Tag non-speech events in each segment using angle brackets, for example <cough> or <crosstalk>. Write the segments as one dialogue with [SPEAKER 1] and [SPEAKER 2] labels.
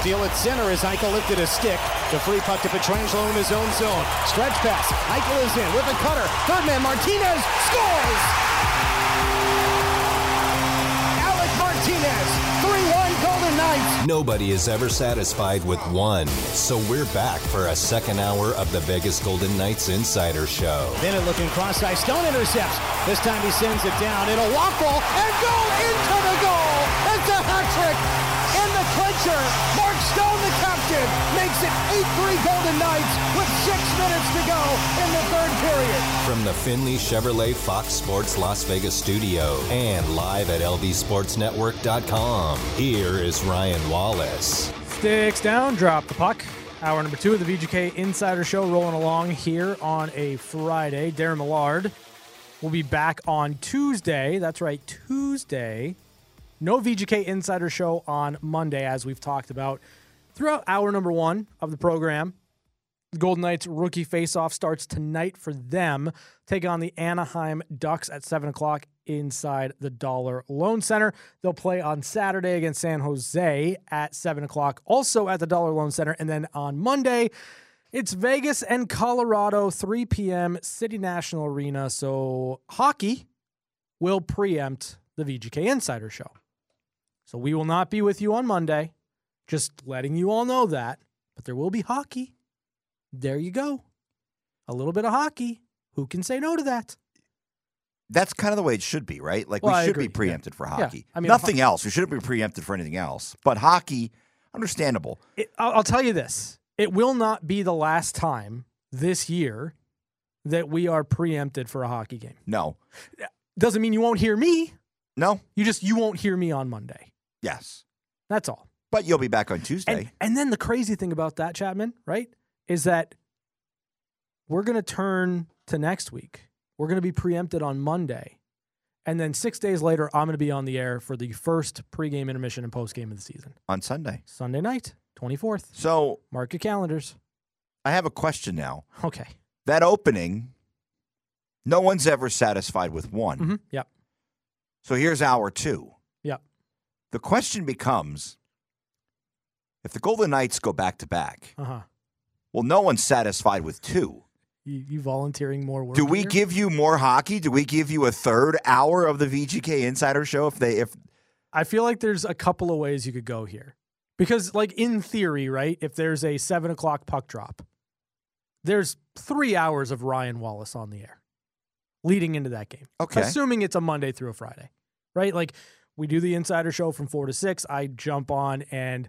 [SPEAKER 1] Steal at center as Eichel lifted his stick. The free puck to Petrangelo in his own zone. Stretch pass. Eichel is in with a cutter. Third man Martinez scores! Alec Martinez, 3-1 Golden Knights.
[SPEAKER 2] Nobody is ever satisfied with one, so we're back for a second hour of the Vegas Golden Knights Insider Show.
[SPEAKER 1] Bennett looking cross ice. Stone intercepts. This time he sends it down. It'll walk ball and go into the goal. It's a hat trick in the clincher. Mark Stone, the captain, makes it 8-3 Golden Knights with six minutes to go in the third period.
[SPEAKER 2] From the Finley Chevrolet Fox Sports Las Vegas studio and live at lvsportsnetwork.com, here is Ryan Wallace.
[SPEAKER 3] Sticks down, drop the puck. Hour number two of the VGK Insider Show rolling along here on a Friday. Darren Millard will be back on Tuesday. That's right, Tuesday. No VGK Insider Show on Monday, as we've talked about throughout hour number one of the program. The Golden Knights rookie faceoff starts tonight for them. Take on the Anaheim Ducks at 7 o'clock inside the Dollar Loan Center. They'll play on Saturday against San Jose at 7 o'clock, also at the Dollar Loan Center. And then on Monday, it's Vegas and Colorado, 3 p.m., City National Arena. So hockey will preempt the VGK Insider Show. So we will not be with you on Monday, just letting you all know that. But there will be hockey. There you go. A little bit of hockey. Who can say no to that?
[SPEAKER 4] That's kind of the way it should be, right? Like
[SPEAKER 3] Well, I
[SPEAKER 4] we should
[SPEAKER 3] agree,
[SPEAKER 4] be
[SPEAKER 3] yeah.
[SPEAKER 4] preempted for hockey.
[SPEAKER 3] I mean,
[SPEAKER 4] nothing else. We shouldn't be preempted for anything else. But hockey, understandable.
[SPEAKER 3] It, I'll, I'll tell you this it will not be the last time this year that we are preempted for a hockey game.
[SPEAKER 4] No,
[SPEAKER 3] Doesn't mean you won't hear me.
[SPEAKER 4] no,
[SPEAKER 3] You just, you won't hear me on Monday.
[SPEAKER 4] yes.
[SPEAKER 3] That's all.
[SPEAKER 4] But you'll be back on Tuesday.
[SPEAKER 3] And, and then the crazy thing about that, Chapman, right, is that we're going to turn to next week. We're going to be preempted on Monday. And then six days later, I'm going to be on the air for the first pregame intermission and postgame of the season.
[SPEAKER 4] on Sunday.
[SPEAKER 3] Sunday night, 24th.
[SPEAKER 4] So
[SPEAKER 3] Mark your calendars. <laughs>
[SPEAKER 4] I have a question now.
[SPEAKER 3] Okay.
[SPEAKER 4] That opening, no one's ever satisfied with one.
[SPEAKER 3] hmm Yep.
[SPEAKER 4] So here's hour two.
[SPEAKER 3] Yep.
[SPEAKER 4] The question becomes if the Golden Knights go back to back,
[SPEAKER 3] Uh huh.
[SPEAKER 4] well, no one's satisfied with two.
[SPEAKER 3] You, you volunteering more work?
[SPEAKER 4] Do we
[SPEAKER 3] here?
[SPEAKER 4] give you more hockey? Do we give you a third hour of the VGK Insider Show if they if
[SPEAKER 3] I feel like there's a couple of ways you could go here. Because, like, in theory, right, if there's a seven o'clock puck drop, there's three hours of Ryan Wallace on the air leading into that game.
[SPEAKER 4] Okay.
[SPEAKER 3] Assuming it's a Monday through a Friday, right? Like, we do the insider show from four to six. I jump on and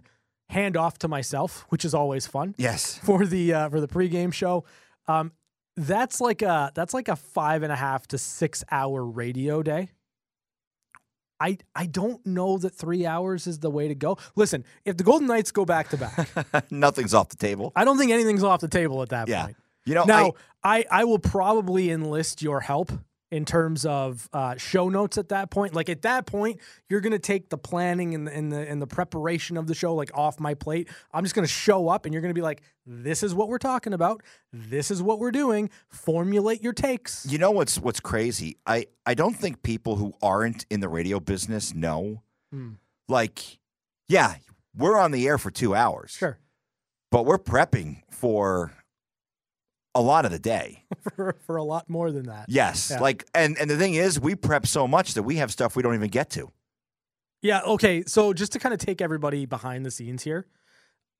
[SPEAKER 3] hand off to myself, which is always fun
[SPEAKER 4] yes
[SPEAKER 3] for the uh, for the pregame show. Um, that's like a that's like a five and a half to six hour radio day. I I don't know that three hours is the way to go. Listen, if the Golden Knights go back to back,
[SPEAKER 4] <laughs> nothing's off the table?
[SPEAKER 3] I don't think anything's off the table at that
[SPEAKER 4] Yeah.
[SPEAKER 3] point.
[SPEAKER 4] You know
[SPEAKER 3] Now, I, I will probably enlist your help in terms of uh, show notes at that point. Like at that point, you're gonna take the planning and the and the, and the preparation of the show like off my plate. I'm just gonna show up, and you're gonna be like, "This is what we're talking about. This is what we're doing. Formulate your takes."
[SPEAKER 4] I, you know what's what's crazy? I I don't think people who aren't in the radio business know.
[SPEAKER 3] Hmm.
[SPEAKER 4] Like, yeah, we're on the air for two hours,
[SPEAKER 3] Sure, <laughs>
[SPEAKER 4] but we're prepping for a lot of
[SPEAKER 3] <laughs>
[SPEAKER 4] the day.
[SPEAKER 3] for for a lot more than that.
[SPEAKER 4] Yes,
[SPEAKER 3] Yeah.
[SPEAKER 4] like and and the thing is, we prep so much that we have stuff we don't even get to.
[SPEAKER 3] Yeah, okay. So just to kind of take everybody behind the scenes here,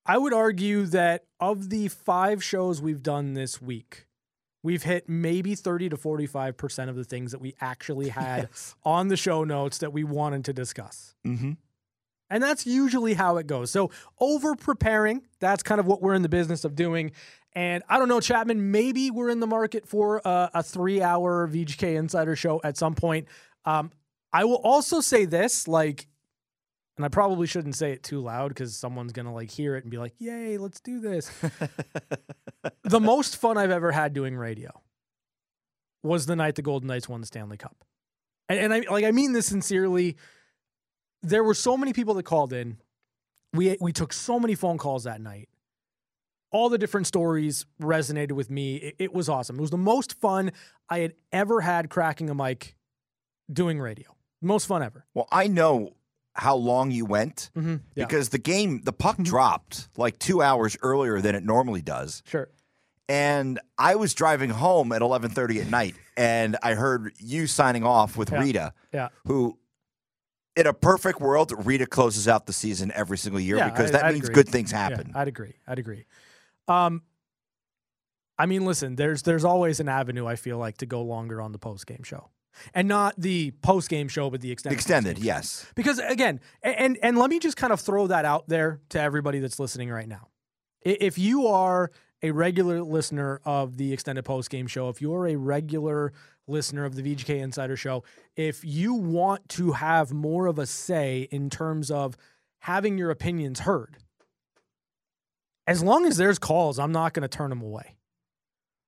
[SPEAKER 3] I would argue that of the five shows we've done this week, we've hit maybe 30 to 45% of the things that we actually had on the show notes that we wanted to discuss.
[SPEAKER 4] Mm-hmm.
[SPEAKER 3] And that's usually how it goes. So over preparing, that's kind of what we're in the business of doing. And I don't know, Chapman, maybe we're in the market for a, a three hour VGK Insider show at some point. Um, I will also say this, like, and I probably shouldn't say it too loud because someone's going to like hear it and be like, yay, let's do this. the most fun I've ever had doing radio was the night the Golden Knights won the Stanley Cup. And, and I like I mean this sincerely there were so many people that called in. We we took so many phone calls that night. All the different stories resonated with me. It, it was awesome. It was the most fun I had ever had cracking a mic doing radio. Most fun ever.
[SPEAKER 4] Well, I know how long you went
[SPEAKER 3] yeah.
[SPEAKER 4] because the game,
[SPEAKER 3] <laughs>
[SPEAKER 4] the puck dropped like two hours earlier than it normally does.
[SPEAKER 3] Sure.
[SPEAKER 4] And I was driving home at 11:30 at night, and I heard you signing off with
[SPEAKER 3] Yeah.
[SPEAKER 4] Rita,
[SPEAKER 3] Yeah.
[SPEAKER 4] who. In a perfect world, Rita closes out the season every single year
[SPEAKER 3] Yeah,
[SPEAKER 4] because
[SPEAKER 3] I-
[SPEAKER 4] that
[SPEAKER 3] I'd
[SPEAKER 4] means
[SPEAKER 3] agree.
[SPEAKER 4] good things
[SPEAKER 3] Yeah,
[SPEAKER 4] happen.
[SPEAKER 3] I'd agree. I'd agree. Um, I mean, listen, there's there's always an avenue I feel like to go longer on the post game show, and not the post game show, but the extended
[SPEAKER 4] Extended,
[SPEAKER 3] postgame show.
[SPEAKER 4] yes.
[SPEAKER 3] Because again, a- and and let me just kind of throw that out there to everybody that's listening right now. I- If you are a regular listener of the extended post game show, if you're a regular listener of the VGK Insider Show, if you want to have more of a say in terms of having your opinions heard, as long as there's calls, I'm not going to turn them away.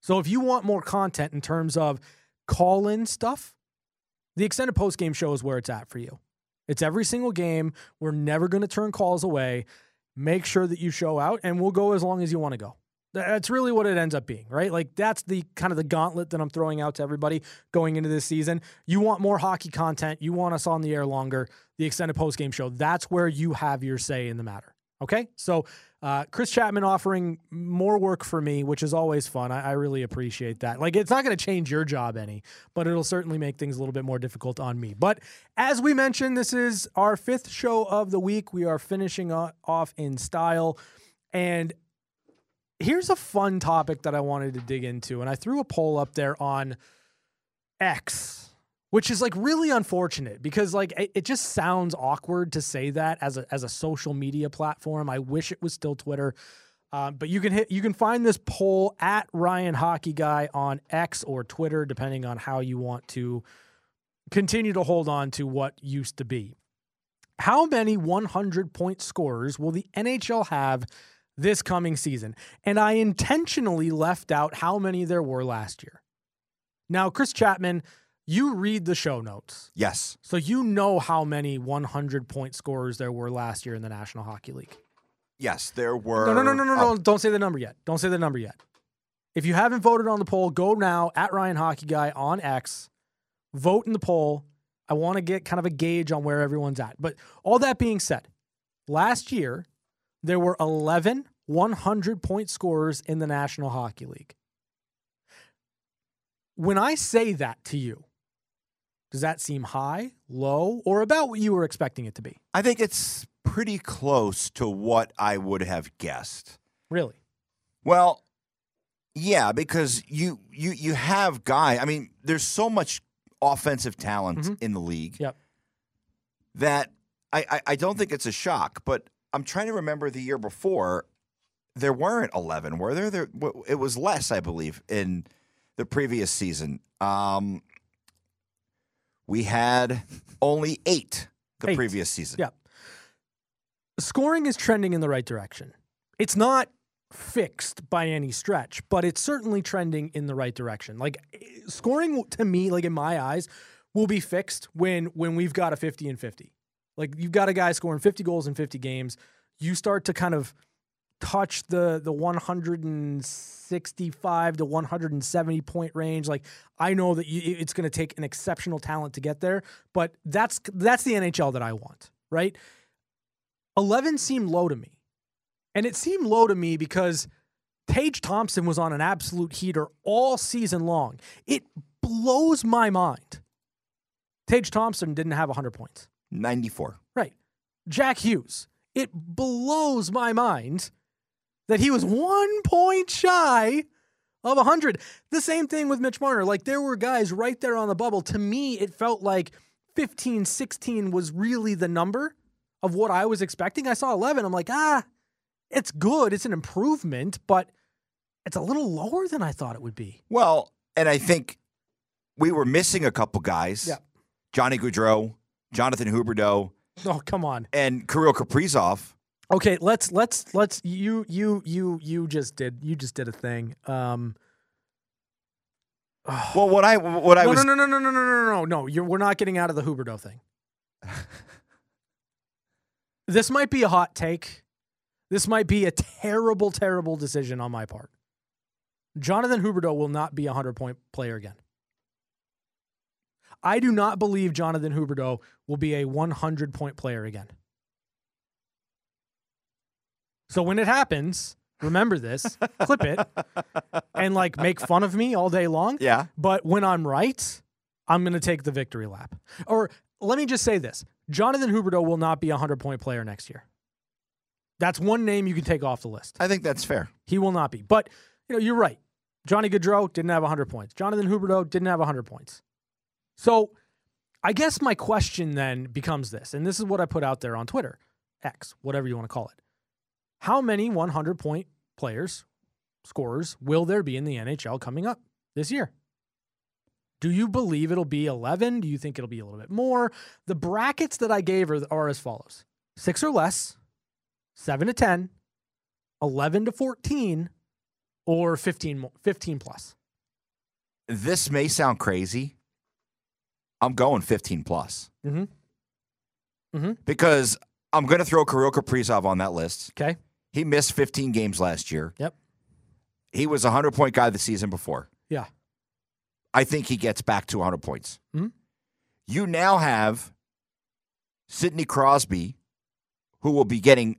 [SPEAKER 3] So if you want more content in terms of call in stuff, the extended post game show is where it's at for you. It's every single game. We're never going to turn calls away. Make sure that you show out, and we'll go as long as you want to go. Th- That's really what it ends up being, right? Like that's the kind of the gauntlet that I'm throwing out to everybody going into this season. You want more hockey content? You want us on the air longer? The extended post game show. That's where you have your say in the matter. Okay, so uh, Chris Chapman offering more work for me, which is always fun. I, I really appreciate that. Like, it's not going to change your job any, but it'll certainly make things a little bit more difficult on me. But as we mentioned, this is our fifth show of the week. We are finishing o- off in style. And here's a fun topic that I wanted to dig into. And I threw a poll up there on X, which is like really unfortunate because like it, it just sounds awkward to say that as a as a social media platform. I wish it was still Twitter. Um, but you can hit you can find this poll at Ryan Hockey Guy on X or Twitter, depending on how you want to continue to hold on to what used to be. How many 100 point scorers will the NHL have this coming season? And I intentionally left out how many there were last year. Now, Chris Chapman, you read the show notes,
[SPEAKER 4] Yes.
[SPEAKER 3] so you know how many 100 point scorers there were last year in the National Hockey League.
[SPEAKER 4] Yes, there were. um,
[SPEAKER 3] No, no, no, no, no, no.
[SPEAKER 4] a
[SPEAKER 3] Don't say the number yet. Don't say the number yet. If you haven't voted on the poll, go now at Ryan Hockey Guy on X. Vote in the poll. I want to get kind of a gauge on where everyone's at. But all that being said, last year there were 11 100 point scorers in the National Hockey League. When I say that to you, does that seem high, low, or about what you were expecting it to be?
[SPEAKER 4] I think it's pretty close to what I would have guessed.
[SPEAKER 3] Really?
[SPEAKER 4] Well, yeah, because you you you have guy. I mean, there's so much offensive talent
[SPEAKER 3] Mhm.
[SPEAKER 4] in the league
[SPEAKER 3] Yep.
[SPEAKER 4] that I, I I don't think it's a shock. But I'm trying to remember the year before. There weren't 11, were there? There w- it was less, I believe, in the previous season. Um, we had only eight the
[SPEAKER 3] Eight.
[SPEAKER 4] previous season.
[SPEAKER 3] Yeah. Scoring is trending in the right direction. It's not fixed by any stretch, but it's certainly trending in the right direction. Like eh, scoring to me, like in my eyes, will be fixed when when we've got a 50 and 50. Like you've got a guy scoring 50 goals in 50 games, you start to kind of touch the the 165 to 170 point range like i know that you, it's going to take an exceptional talent to get there but that's that's the nhl that i want right 11 seemed low to me and it seemed low to me because Tage Thompson was on an absolute heater all season long. It blows my mind. Tage Thompson didn't have 100 points.
[SPEAKER 4] 94.
[SPEAKER 3] Right. Jack Hughes. It blows my mind that he was one point shy of 100. The same thing with Mitch Marner. Like, there were guys right there on the bubble. To me, it felt like 15, 16 was really the number of what I was expecting. I saw 11. I'm like, ah, it's good. It's an improvement, but it's a little lower than I thought it would be. <laughs>
[SPEAKER 4] Well, and I think we were missing a couple guys.
[SPEAKER 3] Yeah.
[SPEAKER 4] Johnny Goudreau, Jonathan Huberdeau,
[SPEAKER 3] Oh, come on.
[SPEAKER 4] and Kirill Kaprizov.
[SPEAKER 3] Okay, let's let's let's you you you you just did you just did a thing. Um
[SPEAKER 4] Well, what I what I
[SPEAKER 3] no,
[SPEAKER 4] was
[SPEAKER 3] no, no, no, no, no, no, no, no, no. You're, we're not getting out of the Huberto
[SPEAKER 4] <laughs>
[SPEAKER 3] thing. this might be a hot take. This might be a terrible, terrible decision on my part. Jonathan Huberto will not be a 100 point player again. I do not believe Jonathan Huberdeau will be a 100 point player again. So when it happens, remember this, clip it, and like make fun of me all day long.
[SPEAKER 4] Yeah.
[SPEAKER 3] But when I'm right, I'm going to take the victory lap. Or let me just say this Jonathan Huberto will not be a 100 point player next year. That's one name you can take off the list.
[SPEAKER 4] I think that's fair.
[SPEAKER 3] He will not be. But, you know, you're right. Johnny Gaudreau didn't have 100 points. Jonathan Huberto didn't have 100 points. So I guess my question then becomes this, and this is what I put out there on Twitter, X, whatever you want to call it. How many 100 point players, scorers, will there be in the NHL coming up this year? Do you believe it'll be 11? Do you think it'll be a little bit more? The brackets that I gave are, are as follows six or less, seven to 10, 11 to 14, or 15, mo- 15 plus.
[SPEAKER 4] This may sound crazy. I'm going 15 plus
[SPEAKER 3] Mhm. Mhm.
[SPEAKER 4] because I'm going to throw Kirill Kaprizov on that list.
[SPEAKER 3] Okay.
[SPEAKER 4] He missed 15 games last year.
[SPEAKER 3] Yep.
[SPEAKER 4] He was a 100 point guy the season before.
[SPEAKER 3] Yeah.
[SPEAKER 4] I think he gets back to 100 points.
[SPEAKER 3] Mhm.
[SPEAKER 4] You now have Sidney Crosby, who will be getting,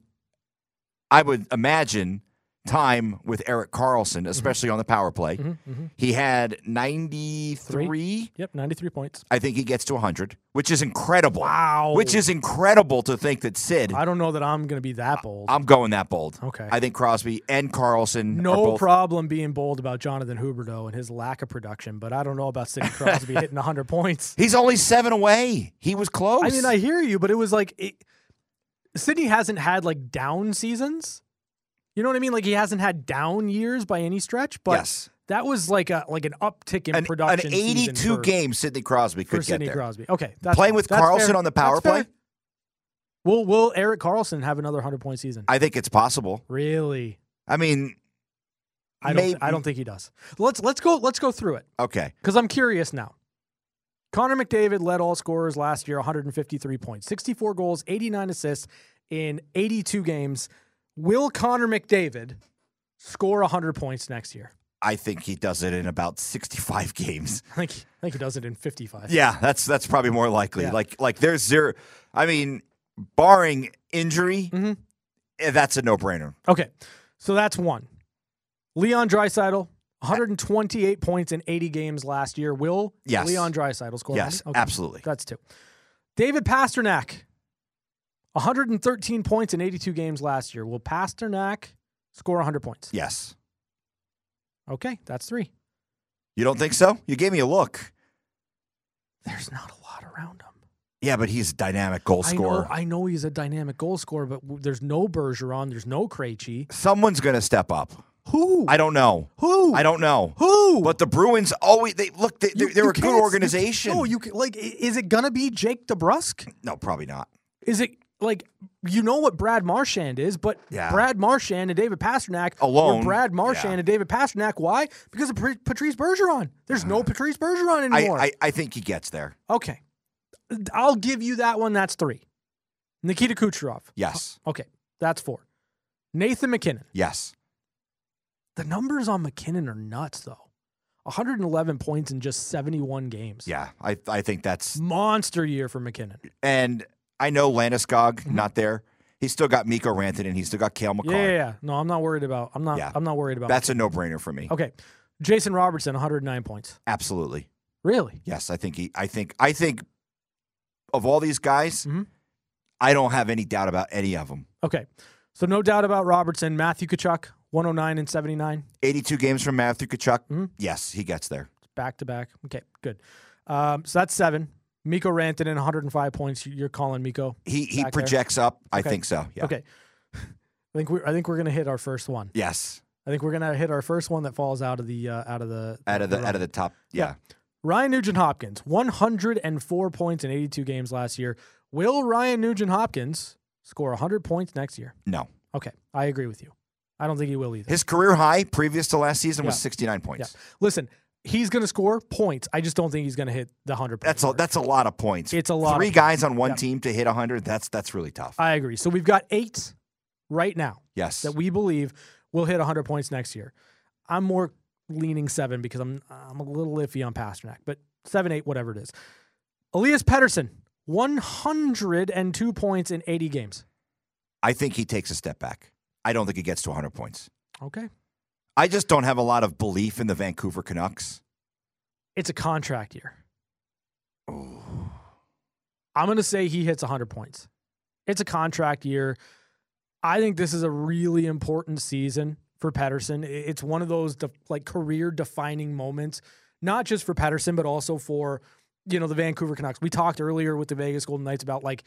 [SPEAKER 4] I would imagine, time with Eric Carlson,
[SPEAKER 3] Mm-hmm.
[SPEAKER 4] especially on the power play.
[SPEAKER 3] Mhm, mhm.
[SPEAKER 4] He had 93.
[SPEAKER 3] Yep. 93 points.
[SPEAKER 4] I think he gets to 100, which is incredible.
[SPEAKER 3] Wow.
[SPEAKER 4] Which is incredible to think that Sid,
[SPEAKER 3] I don't know that I'm going to be that bold.
[SPEAKER 4] I'm going that bold.
[SPEAKER 3] Okay.
[SPEAKER 4] I think Crosby and Carlson are
[SPEAKER 3] no
[SPEAKER 4] both
[SPEAKER 3] problem being bold about Jonathan Huberto and his lack of production, but I don't know about Sidney Crosby hitting 100
[SPEAKER 4] <laughs>
[SPEAKER 3] points.
[SPEAKER 4] He's only seven away. He was close.
[SPEAKER 3] I mean, I hear you, but it was like it, Sydney hasn't had like down seasons. You know what I mean? Like he hasn't had down years by any stretch, but
[SPEAKER 4] yes,
[SPEAKER 3] that was like a like an uptick in
[SPEAKER 4] an, an
[SPEAKER 3] production. season
[SPEAKER 4] 82
[SPEAKER 3] for-
[SPEAKER 4] game Sidney Crosby
[SPEAKER 3] for
[SPEAKER 4] could get
[SPEAKER 3] Sidney
[SPEAKER 4] there.
[SPEAKER 3] Crosby. Okay, that's
[SPEAKER 4] Playing
[SPEAKER 3] fine.
[SPEAKER 4] with
[SPEAKER 3] That's
[SPEAKER 4] Carlson
[SPEAKER 3] fair.
[SPEAKER 4] on the power
[SPEAKER 3] That's fair.
[SPEAKER 4] play?
[SPEAKER 3] Will Will Eric Carlson have another hundred point season?
[SPEAKER 4] I think it's possible.
[SPEAKER 3] really?
[SPEAKER 4] I mean,
[SPEAKER 3] I don't.
[SPEAKER 4] Maybe-
[SPEAKER 3] I don't think he does. Let's let's go. Let's go through it.
[SPEAKER 4] okay,
[SPEAKER 3] Because I'm curious now. Connor McDavid led all scorers last year, 153 points, 64 goals, 89 assists in 82 games. Will Connor McDavid score 100 points next year? <laughs>
[SPEAKER 4] I think he does it in about 65 <laughs> games.
[SPEAKER 3] I think, I think he does it in 55.
[SPEAKER 4] Yeah, that's that's probably more likely.
[SPEAKER 3] Yeah.
[SPEAKER 4] Like like there's zero. I mean, barring injury,
[SPEAKER 3] Mhm.
[SPEAKER 4] eh, that's a no brainer.
[SPEAKER 3] Okay, so that's one. Leon Dreisidel, 128 points in 80 games last year. Will
[SPEAKER 4] Yes.
[SPEAKER 3] Leon Dreisidel score?
[SPEAKER 4] Yes,
[SPEAKER 3] 100? Okay.
[SPEAKER 4] absolutely.
[SPEAKER 3] That's two. David Pasternak, 113 points in 82 games last year. Will Pasternak score 100 points?
[SPEAKER 4] Yes.
[SPEAKER 3] Okay, that's three.
[SPEAKER 4] You don't think so? You gave me a look.
[SPEAKER 3] There's not a lot around him.
[SPEAKER 4] Yeah, but he's a dynamic goal scorer.
[SPEAKER 3] I know, I know he's a dynamic goal scorer, but w- there's no Bergeron. There's no Krejci.
[SPEAKER 4] Someone's going to step up.
[SPEAKER 3] Who?
[SPEAKER 4] I don't know.
[SPEAKER 3] Who?
[SPEAKER 4] I don't know.
[SPEAKER 3] Who?
[SPEAKER 4] But the Bruins always they look they,
[SPEAKER 3] You-
[SPEAKER 4] they're, they're
[SPEAKER 3] you
[SPEAKER 4] a
[SPEAKER 3] can't-
[SPEAKER 4] good
[SPEAKER 3] you-
[SPEAKER 4] organization.
[SPEAKER 3] No, you can, like. i- Is it gonna be Jake DeBrusque?
[SPEAKER 4] no, probably not.
[SPEAKER 3] Is it like you know what Brad Marchand is? But
[SPEAKER 4] Yeah.
[SPEAKER 3] Brad Marchand and David Pasternak were
[SPEAKER 4] Alone,
[SPEAKER 3] Brad Marchand
[SPEAKER 4] yeah.
[SPEAKER 3] and David Pasternak. Why? Because of Pat- Patrice Bergeron. There's no Patrice Bergeron
[SPEAKER 4] Uh-huh. I,
[SPEAKER 3] anymore.
[SPEAKER 4] I I think he gets there.
[SPEAKER 3] okay, I'll give you that one. That's three. Nikita Kucherov.
[SPEAKER 4] Yes,
[SPEAKER 3] Okay, that's four. Nathan McKinnon.
[SPEAKER 4] yes.
[SPEAKER 3] The numbers on McKinnon are nuts, though. 111 points in just 71 games.
[SPEAKER 4] Yeah, I I think that's
[SPEAKER 3] Monster year for McKinnon.
[SPEAKER 4] and I know Landeskog not there. He's still got Miko Rantanen. He's still got Kale
[SPEAKER 3] Yeah,
[SPEAKER 4] McCarr.
[SPEAKER 3] Mm-hmm. yeah, yeah. No, I'm not worried about. I'm not.
[SPEAKER 4] Yeah.
[SPEAKER 3] I'm not worried about.
[SPEAKER 4] That's a no brainer for me.
[SPEAKER 3] okay. Jason Robertson, 109 points.
[SPEAKER 4] Absolutely.
[SPEAKER 3] Really?
[SPEAKER 4] Yes, I think he. I think I think of all these guys,
[SPEAKER 3] Mhm.
[SPEAKER 4] I don't have any doubt about any of them.
[SPEAKER 3] Okay. So no doubt about Robertson. Matthew Kachuk, 109 and 79,
[SPEAKER 4] 82 games from Matthew Kachuk.
[SPEAKER 3] Mhm.
[SPEAKER 4] Yes, he gets there.
[SPEAKER 3] back to back. Okay, good. Um, so that's seven. Miko Rantanen, 105 points. You- You're calling Miko.
[SPEAKER 4] He he
[SPEAKER 3] Back there.
[SPEAKER 4] projects up. I
[SPEAKER 3] Okay.
[SPEAKER 4] think so. Yeah.
[SPEAKER 3] Okay. <laughs> I think we. I think we're gonna hit our first one.
[SPEAKER 4] Yes.
[SPEAKER 3] I think we're gonna hit our first one that falls out of the uh, out of the
[SPEAKER 4] Out of the out of the top. yeah.
[SPEAKER 3] Ryan Nugent Hopkins, 104 points in 82 games last year. Will Ryan Nugent Hopkins score 100 points next year?
[SPEAKER 4] No.
[SPEAKER 3] Okay, I agree with you. I don't think he will either.
[SPEAKER 4] His career high previous to last season was
[SPEAKER 3] Yeah.
[SPEAKER 4] 69 points.
[SPEAKER 3] Yeah. Listen, he's gonna score points. I just don't think he's gonna hit the 100.
[SPEAKER 4] That's a, that's a lot of points.
[SPEAKER 3] It's a lot
[SPEAKER 4] Three
[SPEAKER 3] of
[SPEAKER 4] guys on one
[SPEAKER 3] Yeah.
[SPEAKER 4] team to hit 100. That's that's really tough.
[SPEAKER 3] I agree. So we've got eight right now
[SPEAKER 4] yes.
[SPEAKER 3] that we believe will hit 100 points next year. I'm more leaning seven because I'm I'm a little iffy on Pasternak, but seven, eight, whatever it is. Elias Pettersson, 102 points in 80 games.
[SPEAKER 4] I think he takes a step back. I don't think he gets to 100 points.
[SPEAKER 3] Okay.
[SPEAKER 4] I just don't have a lot of belief in the Vancouver Canucks.
[SPEAKER 3] It's a contract year. I'm going to say he hits 100 points. It's a contract year. I think this is a really important season for Patterson. It's one of those de- like career defining moments, not just for Patterson, but also for, you know, the Vancouver Canucks. We talked earlier with the Vegas Golden Knights about like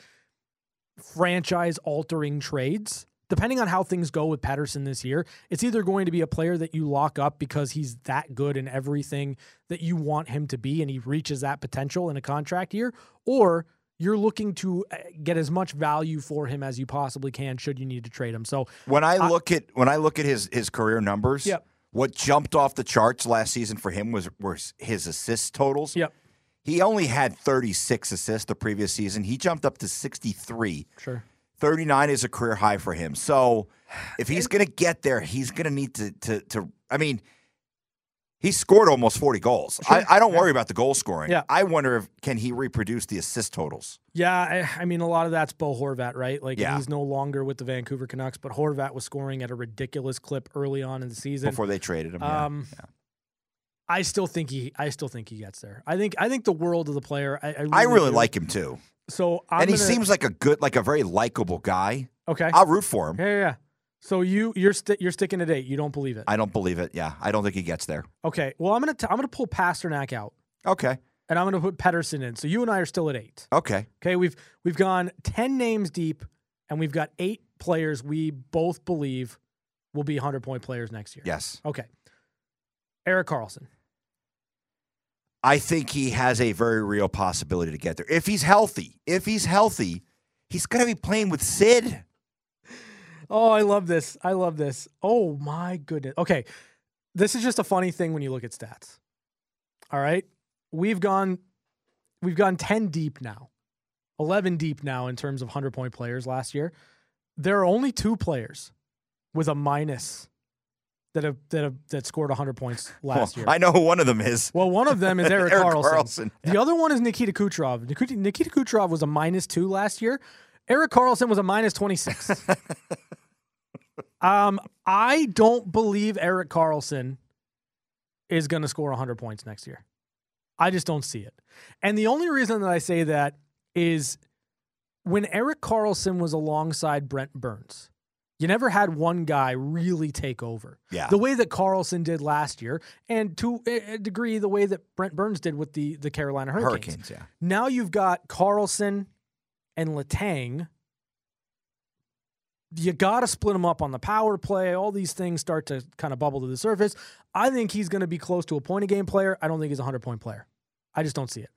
[SPEAKER 3] franchise altering trades. Depending on how things go with Patterson this year, it's either going to be a player that you lock up because he's that good in everything that you want him to be and he reaches that potential in a contract year, or you're looking to uh, get as much value for him as you possibly can should you need to trade him. So
[SPEAKER 4] When I look at when I look at his his career numbers,
[SPEAKER 3] Yep.
[SPEAKER 4] what jumped off the charts last season for him was were his assist totals.
[SPEAKER 3] Yep.
[SPEAKER 4] He only had 36 assists the previous season. He jumped up to 63.
[SPEAKER 3] Sure.
[SPEAKER 4] 39 is a career high for him. So if he's going to get there, he's going to need to, to, to, I mean, he scored almost 40 goals. I, I don't worry about the goal scoring.
[SPEAKER 3] Yeah.
[SPEAKER 4] I wonder if, can he reproduce the assist totals?
[SPEAKER 3] Yeah, I, I mean, a lot of that's Bo Horvat, right? Like
[SPEAKER 4] Yeah.
[SPEAKER 3] he's no longer with the Vancouver Canucks, but Horvat was scoring at a ridiculous clip early on in the season.
[SPEAKER 4] Before they traded him. yeah.
[SPEAKER 3] um, I still think he, I still think he gets there. I think, I think the world of the player. I, I really,
[SPEAKER 4] I really
[SPEAKER 3] do.
[SPEAKER 4] like him too.
[SPEAKER 3] So, I'm
[SPEAKER 4] and he
[SPEAKER 3] gonna-
[SPEAKER 4] seems like a good, like a very likable guy.
[SPEAKER 3] okay.
[SPEAKER 4] I'll root for him.
[SPEAKER 3] yeah, yeah, yeah. So you, you're, sti you you're sticking to date. You don't believe it.
[SPEAKER 4] I don't believe it. Yeah. I don't think he gets there.
[SPEAKER 3] okay. Well, I'm gonna, t- I'm gonna pull Pasternak out,
[SPEAKER 4] Okay.
[SPEAKER 3] and I'm gonna put Pedersen in. So you and I are still at eight.
[SPEAKER 4] Okay.
[SPEAKER 3] Okay, we've we've gone ten names deep, and we've got eight players we both believe will be hundred point players next year.
[SPEAKER 4] Yes.
[SPEAKER 3] Okay. Eric Carlson.
[SPEAKER 4] I think he has a very real possibility to get there. If he's healthy, if he's healthy, he's going to be playing with Sid.
[SPEAKER 3] Oh, I love this. I love this. Oh my goodness. Okay, this is just a funny thing when you look at stats. All right, we've gone we've gone ten deep now, eleven deep now in terms of hundred point players last year. There are only two players with a minus that have that have that scored hundred points last
[SPEAKER 4] Well,
[SPEAKER 3] year.
[SPEAKER 4] I know who one of them is.
[SPEAKER 3] Well, one of <laughs> them is Eric,
[SPEAKER 4] Erik
[SPEAKER 3] Carlson.
[SPEAKER 4] Karlsson,
[SPEAKER 3] The other one is Nikita Kucherov. Nikita, Nikita Kucherov was a minus two last year. Eric Carlson was a minus <laughs> 26. um, I don't believe Eric Carlson is going to score 100 points next year. I just don't see it. And the only reason that I say that is when Eric Carlson was alongside Brent Burns, you never had one guy really take over.
[SPEAKER 4] Yeah.
[SPEAKER 3] The way that Carlson did last year, and to a a degree, the way that Brent Burns did with the, the Carolina Hurricanes.
[SPEAKER 4] Hurricanes, yeah.
[SPEAKER 3] Now you've got Carlson and Latang. You got to split them up on the power play. All these things start to kind of bubble to the surface. I think he's going to be close to a point a game player. I don't think he's a 100 point player. I just don't see it.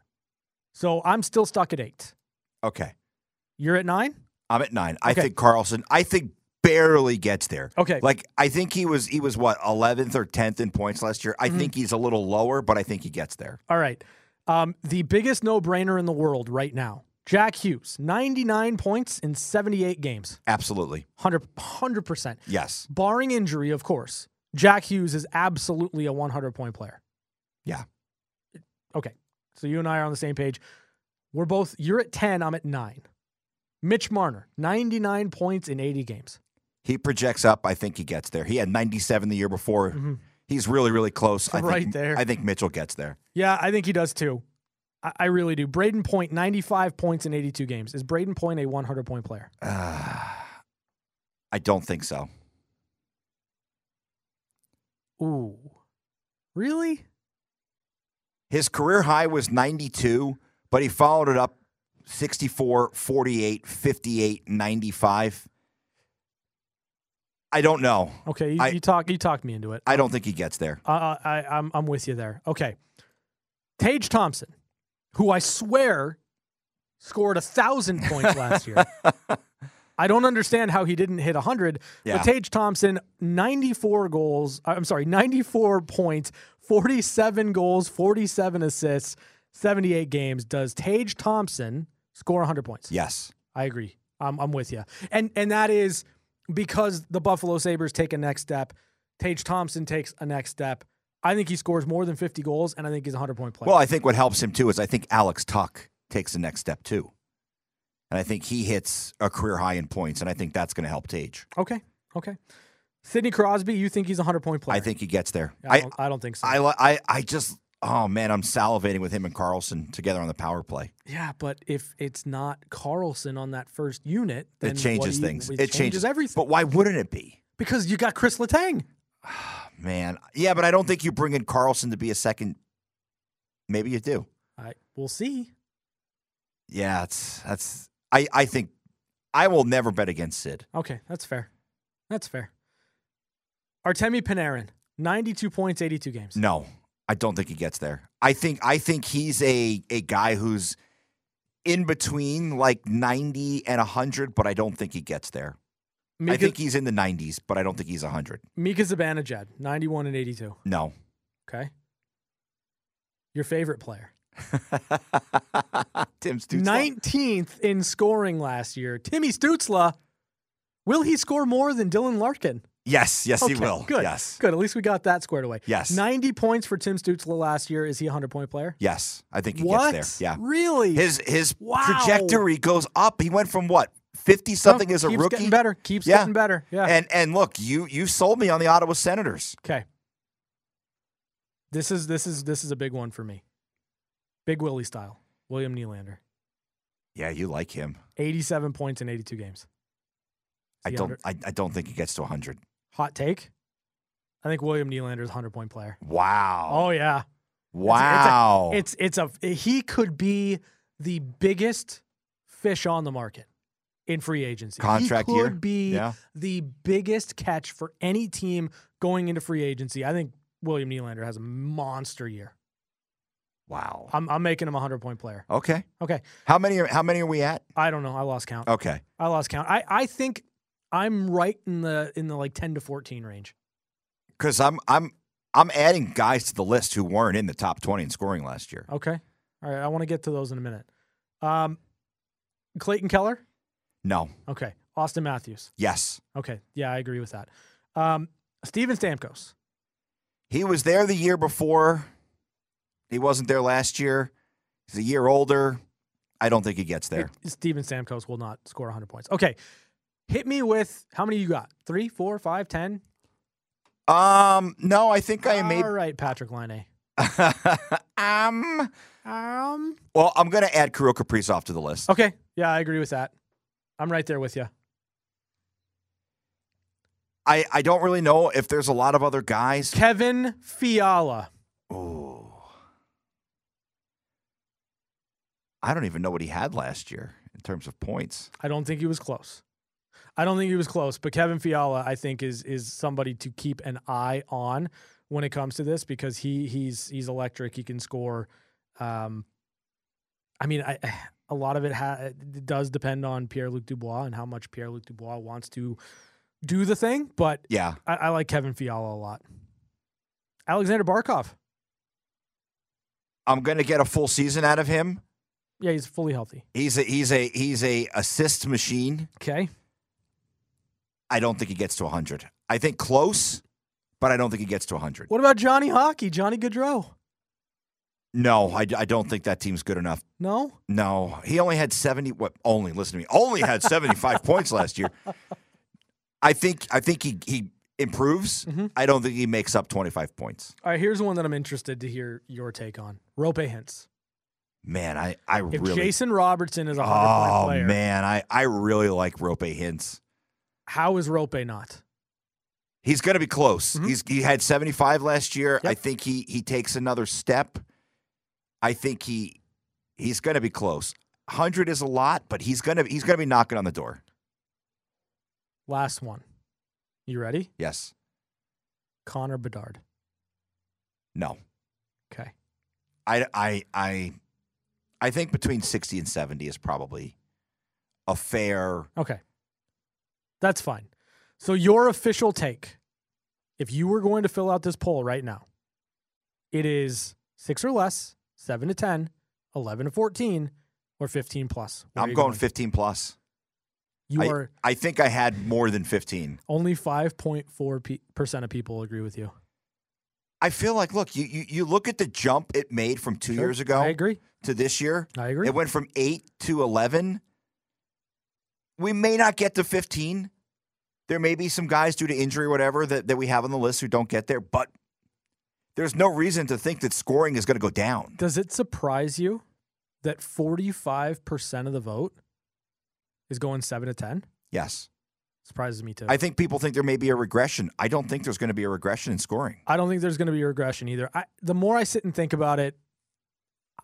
[SPEAKER 3] So I'm still stuck at eight.
[SPEAKER 4] Okay.
[SPEAKER 3] You're at nine?
[SPEAKER 4] I'm at nine. I
[SPEAKER 3] Okay.
[SPEAKER 4] think Carlson, I think barely gets there.
[SPEAKER 3] Okay.
[SPEAKER 4] Like I think he was he was what, eleventh or tenth in points last year.
[SPEAKER 3] Mm-hmm.
[SPEAKER 4] I think he's a little lower, but I think he gets there.
[SPEAKER 3] All right. Um, the biggest no brainer in the world right now Jack Hughes, 99 points in 78 games,
[SPEAKER 4] Absolutely.
[SPEAKER 3] 100, 100%.
[SPEAKER 4] Yes.
[SPEAKER 3] Barring injury, of course, Jack Hughes is absolutely a 100 point player.
[SPEAKER 4] Yeah.
[SPEAKER 3] Okay. So you and I are on the same page. We're both, you're at 10, I'm at nine. Mitch Marner, 99 points in 80 games.
[SPEAKER 4] He projects up. I think he gets there. He had ninety seven the year before. He's really, really close. I
[SPEAKER 3] Mm-hmm. Right
[SPEAKER 4] think,
[SPEAKER 3] there.
[SPEAKER 4] I think Mitchell gets there. <sighs>
[SPEAKER 3] Yeah, I think he does too. I, I really do. Braden Point, 95 points in 82 games. Is Braden Point a 100 point player?
[SPEAKER 4] I don't think so.
[SPEAKER 3] Ooh. Really?
[SPEAKER 4] His career high was 92, but he followed it up 64, 48, 58, 95. I don't know.
[SPEAKER 3] Okay, you,
[SPEAKER 4] I-
[SPEAKER 3] you talk. You talked me into it.
[SPEAKER 4] I don't think he gets there.
[SPEAKER 3] I, I, I- I'm, I'm with you there. Okay. Tage Thompson, who I swear scored a thousand points last
[SPEAKER 4] <laughs>
[SPEAKER 3] year. I don't understand how he didn't hit 100.
[SPEAKER 4] Yeah.
[SPEAKER 3] But Tage Thompson, 94 goals. uh, I'm sorry, 94 points, 47 goals, 47 assists, 78 games. Does Tage Thompson score 100 points?
[SPEAKER 4] Yes.
[SPEAKER 3] I agree. I'm, I'm with you. And and that is because the Buffalo Sabres take a next step. Tage Thompson takes a next step. I think he scores more than 50 goals, and I think he's a 100 point player.
[SPEAKER 4] Well, I think what helps him too is I think Alex Tuck takes the next step too. And I think he hits a career high in points, and I think that's going to help Tage.
[SPEAKER 3] Okay. Okay. Sidney Crosby, you think he's a 100 point player?
[SPEAKER 4] I think he gets there.
[SPEAKER 3] I
[SPEAKER 4] I
[SPEAKER 3] don't, I don't think so.
[SPEAKER 4] I, li- I I just oh man, I'm salivating with him and Carlson together on the power play.
[SPEAKER 3] yeah, but if it's not Carlson on that first unit, then
[SPEAKER 4] it
[SPEAKER 3] what
[SPEAKER 4] changes
[SPEAKER 3] do you-
[SPEAKER 4] things.
[SPEAKER 3] It,
[SPEAKER 4] It,
[SPEAKER 3] changes, everything.
[SPEAKER 4] But why wouldn't it be?
[SPEAKER 3] because you got Chris Letang.
[SPEAKER 4] Man, yeah, but I don't think you bring in Carlson to be a second. Maybe you do.
[SPEAKER 3] I we'll see.
[SPEAKER 4] Yeah, it's that's. I I think I will never bet against Sid.
[SPEAKER 3] Okay, that's fair. That's fair. Artemi Panarin, 92 points, 82 games.
[SPEAKER 4] No, I don't think he gets there. I think I think he's a a guy who's in between like 90 and 100, but I don't think he gets there. I
[SPEAKER 3] Mika,
[SPEAKER 4] think he's in the 90s, but I don't think he's 100.
[SPEAKER 3] Mika Zibanejad, 91 and 82.
[SPEAKER 4] No. <laughs>
[SPEAKER 3] Okay. Your favorite player.
[SPEAKER 4] Tim Stutzla.
[SPEAKER 3] 19th in scoring last year. Timmy Stutzla. Will he score more than Dylan Larkin?
[SPEAKER 4] Yes, yes, he
[SPEAKER 3] Okay,
[SPEAKER 4] will.
[SPEAKER 3] Good.
[SPEAKER 4] Yes.
[SPEAKER 3] Good. At least we got that squared away.
[SPEAKER 4] Yes.
[SPEAKER 3] 90 points for Tim Stutzla last year. Is he a 100 point player?
[SPEAKER 4] Yes. I think he
[SPEAKER 3] what?
[SPEAKER 4] gets there. Yeah.
[SPEAKER 3] Really?
[SPEAKER 4] His his
[SPEAKER 3] Wow.
[SPEAKER 4] trajectory goes up. He went from what? 50
[SPEAKER 3] No,
[SPEAKER 4] something as a
[SPEAKER 3] Oh, keeps
[SPEAKER 4] rookie.
[SPEAKER 3] getting better. Keeps
[SPEAKER 4] Yeah.
[SPEAKER 3] getting better. Yeah.
[SPEAKER 4] And and look, you you sold me on the Ottawa Senators.
[SPEAKER 3] Okay. This is this is this is a big one for me. Big Willie style. William Nylander.
[SPEAKER 4] Yeah, you like him.
[SPEAKER 3] 87 points in 82 games.
[SPEAKER 4] I
[SPEAKER 3] The
[SPEAKER 4] don't
[SPEAKER 3] under-
[SPEAKER 4] I, I don't think he gets to 100.
[SPEAKER 3] Hot take. I think William Nylander is a 100 point player.
[SPEAKER 4] Wow.
[SPEAKER 3] Oh yeah.
[SPEAKER 4] wow.
[SPEAKER 3] It's it's a he could be the biggest fish on the market in free agency.
[SPEAKER 4] Contract
[SPEAKER 3] he could
[SPEAKER 4] year?
[SPEAKER 3] be
[SPEAKER 4] Yeah.
[SPEAKER 3] the biggest catch for any team going into free agency. I think William Nylander has a monster year.
[SPEAKER 4] wow.
[SPEAKER 3] I'm I'm making him a 100 point player.
[SPEAKER 4] Okay.
[SPEAKER 3] Okay.
[SPEAKER 4] How many are how many are we at?
[SPEAKER 3] I don't know. I lost count.
[SPEAKER 4] Okay.
[SPEAKER 3] I lost count. I, I think I'm right in the in the like 10 to 14 range.
[SPEAKER 4] Cuz I'm I'm I'm adding guys to the list who weren't in the top 20 in scoring last year.
[SPEAKER 3] Okay. All right. I want to get to those in a minute. Um, Clayton Keller.
[SPEAKER 4] No.
[SPEAKER 3] Okay. Austin Matthews.
[SPEAKER 4] Yes.
[SPEAKER 3] Okay. Yeah, I agree with that. Um, Steven Stamkos.
[SPEAKER 4] He was there the year before. He wasn't there last year. He's a year older. I don't think he
[SPEAKER 3] <laughs>
[SPEAKER 4] gets there.
[SPEAKER 3] Steven Stamkos will not score 100 points. Okay. Hit me with how many you got? Three, four, five, ten?
[SPEAKER 4] Um, no, I think I
[SPEAKER 3] All right, Patrick Line.
[SPEAKER 4] may. <laughs> um,
[SPEAKER 3] Um.
[SPEAKER 4] well, I'm going to add Kirill Kaprizov to the list.
[SPEAKER 3] Okay. Yeah, I agree with that. I'm right there with you.
[SPEAKER 4] I, I don't really know if there's a lot of other guys.
[SPEAKER 3] Kevin Fiala.
[SPEAKER 4] Ooh. I don't even know what he had last year in terms of points.
[SPEAKER 3] I don't think he was close. I don't think he was close, but Kevin Fiala, I think, is is somebody to keep an eye on when it comes to this because he he's he's electric. He can score. Um, I mean, I <sighs> a lot of it ha- it does depend on Pierre Luc Dubois and how much Pierre Luc Dubois wants to do the thing. But
[SPEAKER 4] Yeah.
[SPEAKER 3] I, I like Kevin Fiala a lot. Alexander Barkov,
[SPEAKER 4] I'm going to get a full season out of him.
[SPEAKER 3] yeah, he's fully healthy.
[SPEAKER 4] He's a he's a he's a assist machine.
[SPEAKER 3] Okay,
[SPEAKER 4] I don't think he gets to 100. I think close, but I don't think he gets to 100.
[SPEAKER 3] what about Johnny Hockey, Johnny Gaudreau?
[SPEAKER 4] No, I, I don't think that team's good enough.
[SPEAKER 3] No,
[SPEAKER 4] No, he only had 70 what only listen to me.
[SPEAKER 3] <laughs>
[SPEAKER 4] Only had 75 points last year. I think I think he he improves.
[SPEAKER 3] Mm-hmm.
[SPEAKER 4] I don't think he makes up 25 points.
[SPEAKER 3] All right, here's one that I'm interested to hear your take on. Rope hints.
[SPEAKER 4] Man, I I
[SPEAKER 3] If
[SPEAKER 4] really
[SPEAKER 3] Jason Robertson is a 100
[SPEAKER 4] Oh
[SPEAKER 3] point player,
[SPEAKER 4] man, I I really like Rope Hints.
[SPEAKER 3] how is Rope not?
[SPEAKER 4] He's going to be close. He's he had 75 last year. I
[SPEAKER 3] Mm-hmm. Yep.
[SPEAKER 4] think he he takes another step. I think he he's going to be close. 100 is a lot, but he's going to he's going to be knocking on the door.
[SPEAKER 3] Last one. You ready?
[SPEAKER 4] Yes.
[SPEAKER 3] Connor Bedard.
[SPEAKER 4] No.
[SPEAKER 3] Okay.
[SPEAKER 4] I I I I think between 60 and 70 is probably a fair
[SPEAKER 3] Okay. That's fine. So, your official take, if you were going to fill out this poll right now, it is six or less, seven to 10, 11 to 14, or 15 plus. Where are
[SPEAKER 4] I'm
[SPEAKER 3] you
[SPEAKER 4] going 15 plus.
[SPEAKER 3] You
[SPEAKER 4] I,
[SPEAKER 3] are
[SPEAKER 4] I think I had more than 15.
[SPEAKER 3] only 5.4% of people agree with you.
[SPEAKER 4] I feel like look, you you, you look at the jump it made from 2 years ago
[SPEAKER 3] I agree.
[SPEAKER 4] to this year.
[SPEAKER 3] I agree.
[SPEAKER 4] It went from eight to 11. We may not get to 15. There may be some guys due to injury or whatever that, that we have on the list who don't get there, but there's no reason to think that scoring is going to go down.
[SPEAKER 3] Does it surprise you that 45% of the vote is going 7 to 10?
[SPEAKER 4] Yes.
[SPEAKER 3] Surprises me too.
[SPEAKER 4] I think people think there may be a regression. I don't think there's going to be a regression in scoring.
[SPEAKER 3] I don't think there's going to be a regression either. I, the more I sit and think about it,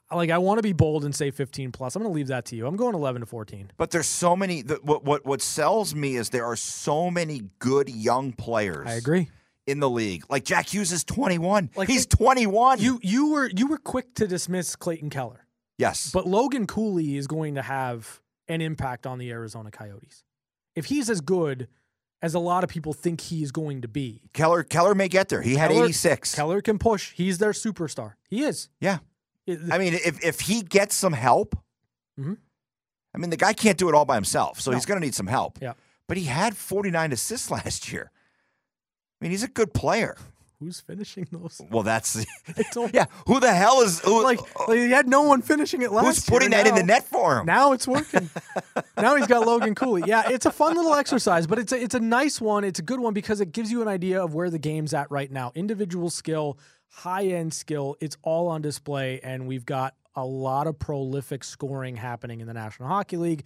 [SPEAKER 3] I- like I want to be bold and say 15 plus. I'm going to leave that to you. I'm going 11 to 14.
[SPEAKER 4] But there's so many. The, what what what sells me is there are so many good young players.
[SPEAKER 3] I agree.
[SPEAKER 4] in the league. Like Jack Hughes is 21.
[SPEAKER 3] Like,
[SPEAKER 4] He's 21.
[SPEAKER 3] You you were you were quick to dismiss Clayton Keller,
[SPEAKER 4] yes,
[SPEAKER 3] but Logan Cooley is going to have an impact on the Arizona Coyotes. If he's as good as a lot of people think he is going to be,
[SPEAKER 4] Keller Keller may get there. He had
[SPEAKER 3] Keller-
[SPEAKER 4] 86.
[SPEAKER 3] Keller can push. He's their superstar. He is.
[SPEAKER 4] Yeah,
[SPEAKER 3] It-
[SPEAKER 4] I mean, if if he gets some help,
[SPEAKER 3] Mhm.
[SPEAKER 4] I mean, the guy can't do it all by himself, so he's going to need some help.
[SPEAKER 3] Yeah.
[SPEAKER 4] but he had 49 assists <laughs> last year. I mean, he's a good player.
[SPEAKER 3] who's finishing
[SPEAKER 4] <laughs>
[SPEAKER 3] those?
[SPEAKER 4] Well, that's
[SPEAKER 3] I don't,
[SPEAKER 4] yeah. Who the hell is who,
[SPEAKER 3] <laughs> like, like he had no one finishing it last.
[SPEAKER 4] who's putting
[SPEAKER 3] year,
[SPEAKER 4] that in the
[SPEAKER 3] now-
[SPEAKER 4] net for him?
[SPEAKER 3] Now it's
[SPEAKER 4] <laughs>
[SPEAKER 3] working. now he's got Logan Cooley. Yeah, it's a fun little exercise, but it's a, it's a nice one. It's a good one because it gives you an idea of where the game's at right now. Individual skill, high end skill, it's all on display, and we've got a lot of prolific scoring happening in the National Hockey League.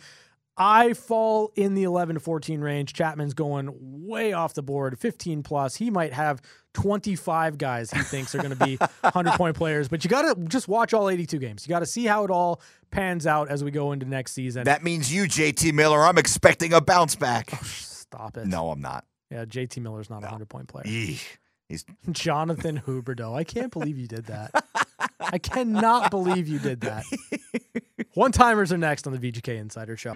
[SPEAKER 3] I fall in the 11 to 14 range. Chapman's going way off the board, 15 plus. He might have 25 guys he thinks are going
[SPEAKER 4] <laughs>
[SPEAKER 3] to be 100 point players, but you got to just watch all 82 games. You got to see how it all pans out as we go into next season.
[SPEAKER 4] that means you, JT Miller. I'm expecting a bounce back.
[SPEAKER 3] Oh, Stop it.
[SPEAKER 4] No, I'm not.
[SPEAKER 3] Yeah, JT Miller's not a 100 point player.
[SPEAKER 4] Eeh. He's
[SPEAKER 3] <laughs> Jonathan Huberdeau. I can't believe you did that. I cannot believe you did
[SPEAKER 4] <laughs>
[SPEAKER 3] that. One timers are next on the VGK Insider Show.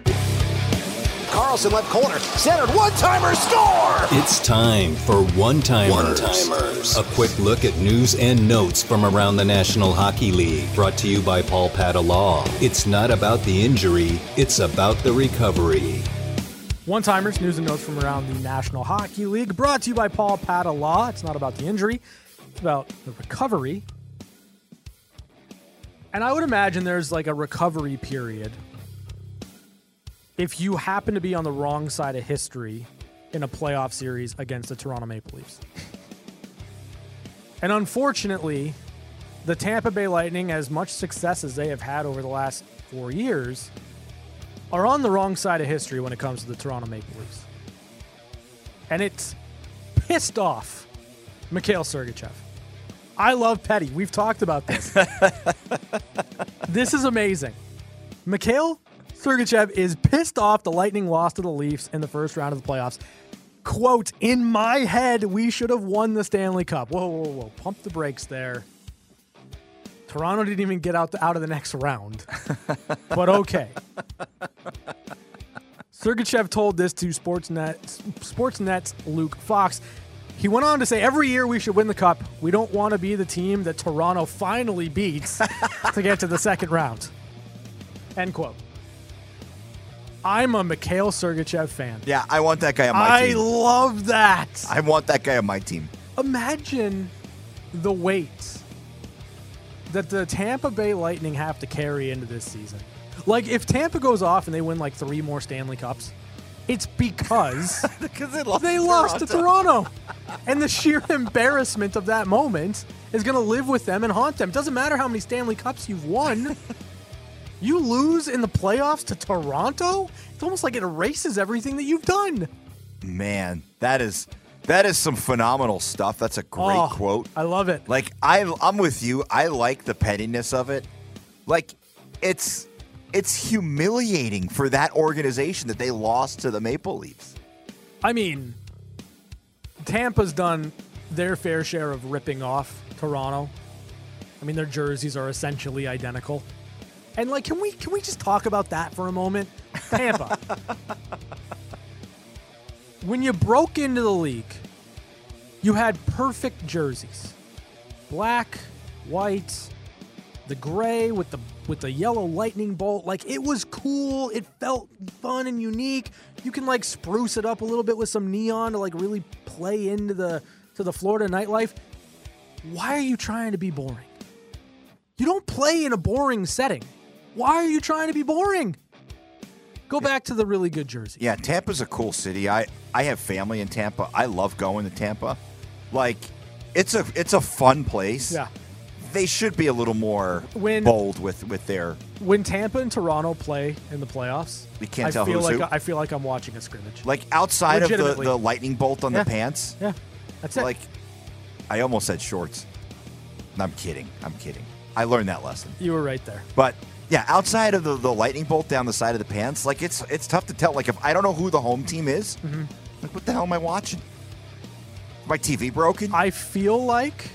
[SPEAKER 1] Carlson left corner, centered, one timer, score!
[SPEAKER 2] It's time for One Timers. One Timers. A quick look at news and notes from around the National Hockey League. Brought to you by Paul Patalaw. It's not about the injury, it's about the recovery.
[SPEAKER 3] One timers, news and notes from around the National Hockey League, brought to you by Paul Patalaw. It's not about the injury, it's about the recovery. And I would imagine there's like a recovery period. If you happen to be on the wrong side of history in a playoff series against the Toronto Maple Leafs. And unfortunately, the Tampa Bay Lightning, as much success as they have had over the last four years, are on the wrong side of history when it comes to the Toronto Maple Leafs. And it's pissed off Mikhail Sergachev. I love Petty. We've talked about this. this is amazing. Mikhail Sergachev is pissed off the Lightning lost to the Leafs in the first round of the playoffs. Quote, in my head, we should have won the Stanley Cup. Whoa, whoa, whoa. Pump the brakes there. Toronto didn't even get out, out of the next round. but okay. Sergachev told this to Sportsnet, Sportsnet's Luke Fox. He went on to say, "Every year we should win the cup. We don't want to be the team that Toronto finally
[SPEAKER 4] <laughs>
[SPEAKER 3] beats to get to the second round." End quote. I'm a Mikhail Sergachev fan.
[SPEAKER 4] yeah. I want that guy on my
[SPEAKER 3] I
[SPEAKER 4] team.
[SPEAKER 3] love that.
[SPEAKER 4] I want that guy on my team.
[SPEAKER 3] Imagine the weight that the Tampa Bay Lightning have to carry into this season. Like, if Tampa goes off and they win like three more Stanley Cups, it's because
[SPEAKER 4] Because they lost.
[SPEAKER 3] they lost to Toronto. And the sheer embarrassment of that moment is going to live with them and haunt them. It doesn't matter how many Stanley Cups you've won. You lose in the playoffs to Toronto? It's almost like it erases everything that you've done.
[SPEAKER 4] Man, that is that is some phenomenal stuff. That's a great
[SPEAKER 3] Oh,
[SPEAKER 4] quote.
[SPEAKER 3] I love it.
[SPEAKER 4] Like I, I'm with you. I like the pettiness of it. Like it's it's humiliating for that organization that they lost to the Maple Leafs.
[SPEAKER 3] I mean, Tampa's done their fair share of ripping off Toronto. I mean, their jerseys are essentially identical. And like, can we can we just talk about that for a moment? Tampa. <laughs> when you broke into the league, you had perfect jerseys. Black, white, the gray with the with the yellow lightning bolt like it was cool it felt fun and unique you can like spruce it up a little bit with some neon to like really play into the to the florida nightlife why are you trying to be boring You don't play in a boring setting. Why are you trying to be boring? Go back to the really good jersey.
[SPEAKER 4] Yeah, Tampa's a cool city. I I have family in Tampa. I love going to Tampa. Like it's a it's a fun place.
[SPEAKER 3] Yeah.
[SPEAKER 4] They should be a little more
[SPEAKER 3] When-
[SPEAKER 4] bold with with their
[SPEAKER 3] When Tampa and Toronto play in the playoffs,
[SPEAKER 4] You can't
[SPEAKER 3] I
[SPEAKER 4] tell
[SPEAKER 3] feel
[SPEAKER 4] who's
[SPEAKER 3] like
[SPEAKER 4] who.
[SPEAKER 3] I feel like I'm watching a scrimmage.
[SPEAKER 4] like outside of the,
[SPEAKER 3] Legitimately.
[SPEAKER 4] the lightning bolt on
[SPEAKER 3] Yeah.
[SPEAKER 4] the pants.
[SPEAKER 3] yeah, that's it.
[SPEAKER 4] Like I almost said shorts. No, I'm kidding. I'm kidding. I learned that lesson.
[SPEAKER 3] you were right there.
[SPEAKER 4] But yeah, outside of the, the lightning bolt down the side of the pants, like it's it's tough to tell. Like if I don't know who the home team is,
[SPEAKER 3] Mm-hmm.
[SPEAKER 4] like what the hell am I watching? My TV broken?
[SPEAKER 3] I feel like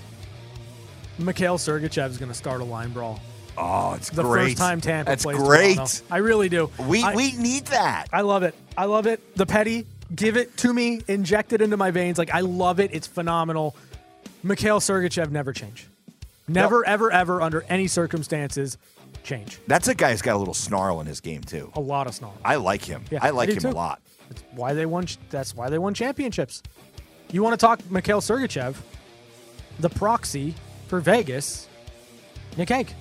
[SPEAKER 3] Mikhail Sergachev is going to start a line brawl
[SPEAKER 4] oh, it's
[SPEAKER 3] the
[SPEAKER 4] great.
[SPEAKER 3] first time Tampa
[SPEAKER 4] That's
[SPEAKER 3] plays
[SPEAKER 4] great.
[SPEAKER 3] Toronto. I really do.
[SPEAKER 4] We
[SPEAKER 3] I,
[SPEAKER 4] we need that.
[SPEAKER 3] I love it. I love it. The petty, give it to me, inject it into my veins. Like I love it. It's phenomenal. Mikhail Sergachev never change. Never, ever, ever, under any circumstances, change.
[SPEAKER 4] That's a guy who's got a little snarl in his game too.
[SPEAKER 3] A lot of snarl.
[SPEAKER 4] I like him.
[SPEAKER 3] Yeah,
[SPEAKER 4] I like
[SPEAKER 3] I do
[SPEAKER 4] him a
[SPEAKER 3] too.
[SPEAKER 4] lot.
[SPEAKER 3] That's why they won. That's why they won championships. You want to talk Mikhail Sergachev, the proxy for Vegas, Nick Hank.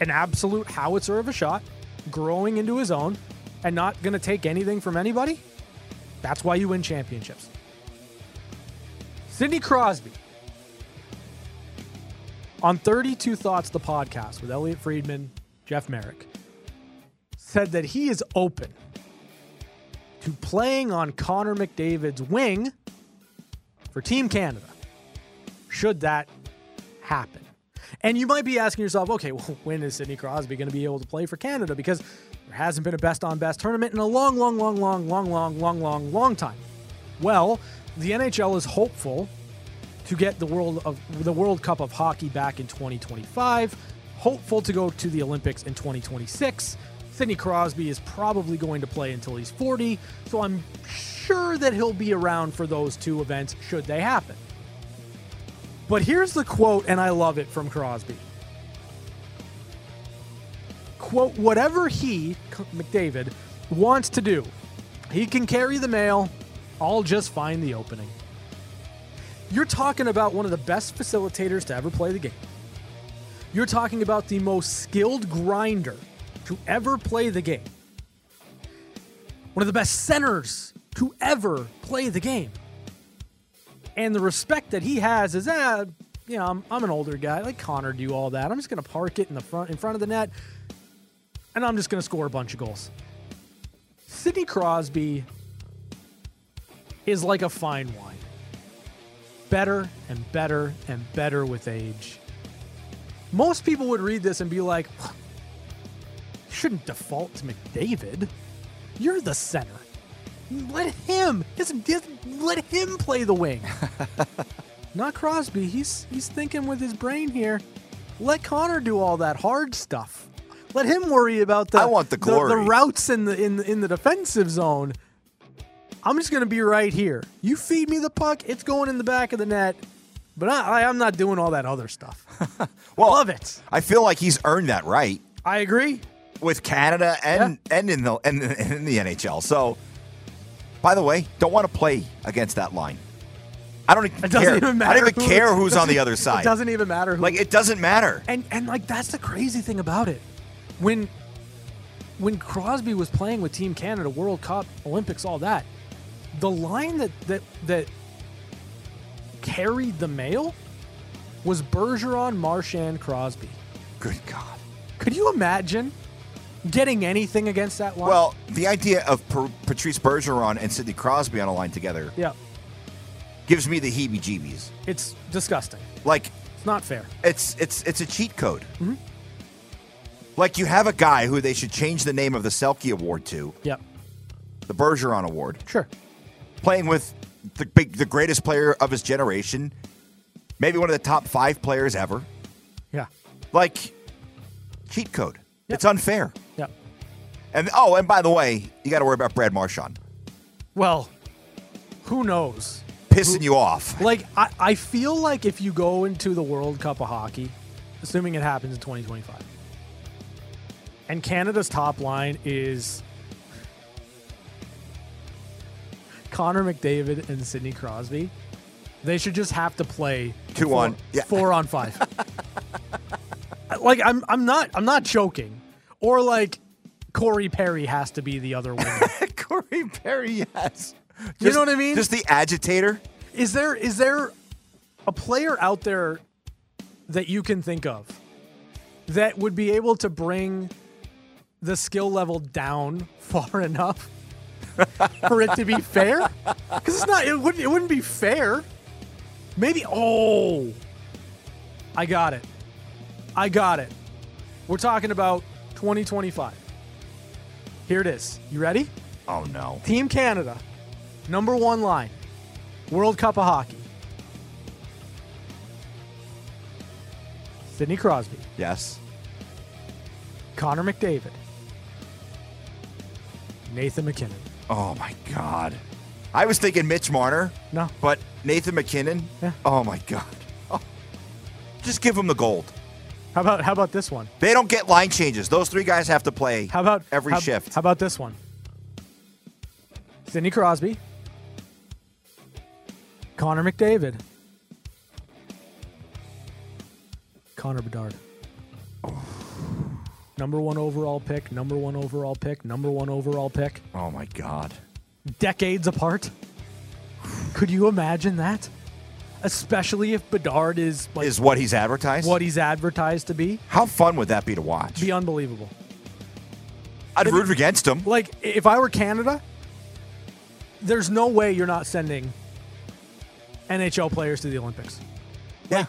[SPEAKER 3] An absolute howitzer of a shot, growing into his own, and not going to take anything from anybody. That's why you win championships. Sidney Crosby. On 32 Thoughts, the podcast with Elliot Friedman, Jeff Merrick, said that he is open to playing on Connor McDavid's wing for Team Canada. Should that happen? And you might be asking yourself, okay, <laughs> well, when is Sidney Crosby going to be able to play for Canada? Because there hasn't been a best on best tournament in a long, long, long, long, long, long, long, long, long time. Well, the NHL is hopeful to get the world of the World Cup of hockey back in 2025. Hopeful to go to the Olympics in 2026. Sidney Crosby is probably going to play until he's 40, so I'm sure that he'll be around for those two events should they happen. But here's the quote, and I love it from Crosby. Quote, whatever he, C- McDavid, wants to do, he can carry the mail. I'll just find the opening. You're talking about one of the best facilitators to ever play the game. You're talking about the most skilled grinder to ever play the game. One of the best centers to ever play the game. And the respect that he has is, ah, you know, I'm, I'm an older guy. Like Connor do all that. I'm just going to park it in the front, in front of the net, and I'm just going to score a bunch of goals. Sidney Crosby is like a fine wine better and better and better with age. Most people would read this and be like, "You shouldn't default to McDavid. You're the center. Let him just, just let him play the
[SPEAKER 4] <laughs>
[SPEAKER 3] wing. Not Crosby. He's he's thinking with his brain here. Let Connor do all that hard stuff. Let him worry about the
[SPEAKER 4] I want the
[SPEAKER 3] the,
[SPEAKER 4] glory.
[SPEAKER 3] routes in the in the, in the defensive zone. I'm just gonna be right here. You feed me the puck, it's going in the back of the net. But I, I, I'm not doing all that other stuff.
[SPEAKER 4] Well,
[SPEAKER 3] Love it.
[SPEAKER 4] I feel like he's earned that right
[SPEAKER 3] I agree.
[SPEAKER 4] with Canada and and in the and and in the NHL. So, by the way, don't want to play against that line. I don't even
[SPEAKER 3] It doesn't
[SPEAKER 4] care.
[SPEAKER 3] even
[SPEAKER 4] I
[SPEAKER 3] matter.
[SPEAKER 4] don't even
[SPEAKER 3] who-
[SPEAKER 4] care who's on
[SPEAKER 3] <laughs>
[SPEAKER 4] the
[SPEAKER 3] doesn't-
[SPEAKER 4] other side.
[SPEAKER 3] It doesn't even matter who.
[SPEAKER 4] like it doesn't matter.
[SPEAKER 3] and and like that's the crazy thing about it. When when Crosby was playing with Team Canada, World Cup, Olympics, all that, the line that that that carried the mail was Bergeron, Marchand, Crosby.
[SPEAKER 4] Good God.
[SPEAKER 3] Could you imagine getting anything against that line?
[SPEAKER 4] Well, the idea of per- Patrice Bergeron and Sidney Crosby on a line together
[SPEAKER 3] yeah,
[SPEAKER 4] gives me the heebie-jeebies.
[SPEAKER 3] it's disgusting.
[SPEAKER 4] Like
[SPEAKER 3] It's not fair.
[SPEAKER 4] it's it's it's a cheat code.
[SPEAKER 3] Mm-hmm.
[SPEAKER 4] Like you have a guy who they should change the name of the Selkie Award to
[SPEAKER 3] Yep.
[SPEAKER 4] the Bergeron Award,
[SPEAKER 3] Sure.
[SPEAKER 4] playing with the big the greatest player of his generation, maybe one of the top five players ever.
[SPEAKER 3] Yeah.
[SPEAKER 4] Like cheat code.
[SPEAKER 3] Yep.
[SPEAKER 4] It's unfair.
[SPEAKER 3] Yep.
[SPEAKER 4] And oh, and by the way, you got to worry about Brad Marchand
[SPEAKER 3] Well, who knows?
[SPEAKER 4] pissing
[SPEAKER 3] <laughs>
[SPEAKER 4] you off.
[SPEAKER 3] Like, I, I feel like if you go into the World Cup of Hockey, assuming it happens in 2025, and Canada's top line is Connor McDavid and Sidney Crosby, they should just have to play
[SPEAKER 4] Two
[SPEAKER 3] four,
[SPEAKER 4] <laughs> on- yeah.
[SPEAKER 3] four on five. like I'm I'm not I'm not joking. Or like Corey Perry has to be the other
[SPEAKER 4] <laughs>
[SPEAKER 3] winger.
[SPEAKER 4] Corey Perry, yes.
[SPEAKER 3] You
[SPEAKER 4] Just-
[SPEAKER 3] know what I mean?
[SPEAKER 4] Just the agitator.
[SPEAKER 3] is there is there a player out there that you can think of that would be able to bring the skill level down <laughs> far enough for it to be fair? Because it's not. It wouldn't. It wouldn't be fair. Maybe. Oh, I got it. I got it. We're talking about 2025. Here it is. You ready?
[SPEAKER 4] Oh no.
[SPEAKER 3] Team Canada, number one line, World Cup of Hockey. Sidney Crosby,
[SPEAKER 4] Yes.
[SPEAKER 3] Connor McDavid, Nathan McKinnon.
[SPEAKER 4] Oh my God. I was thinking Mitch Marner,
[SPEAKER 3] No,
[SPEAKER 4] but Nathan McKinnon.
[SPEAKER 3] Yeah.
[SPEAKER 4] Oh my God. Oh. Just give him the gold.
[SPEAKER 3] how about how about this one?
[SPEAKER 4] They don't get line changes. Those three guys have to play.
[SPEAKER 3] How about
[SPEAKER 4] every
[SPEAKER 3] how-
[SPEAKER 4] shift?
[SPEAKER 3] How about this one? Sidney Crosby, Connor McDavid, Connor Bedard. Number one overall pick, number one overall pick, number one overall pick,
[SPEAKER 4] oh my God.
[SPEAKER 3] decades apart. Could you imagine that? Especially if Bedard is like
[SPEAKER 4] Is what he's advertised.
[SPEAKER 3] what he's advertised to be,
[SPEAKER 4] How fun would that be to watch?
[SPEAKER 3] be unbelievable.
[SPEAKER 4] I'd root against him.
[SPEAKER 3] Like, if I were Canada, there's no way you're not sending NHL players to the Olympics.
[SPEAKER 4] Yeah.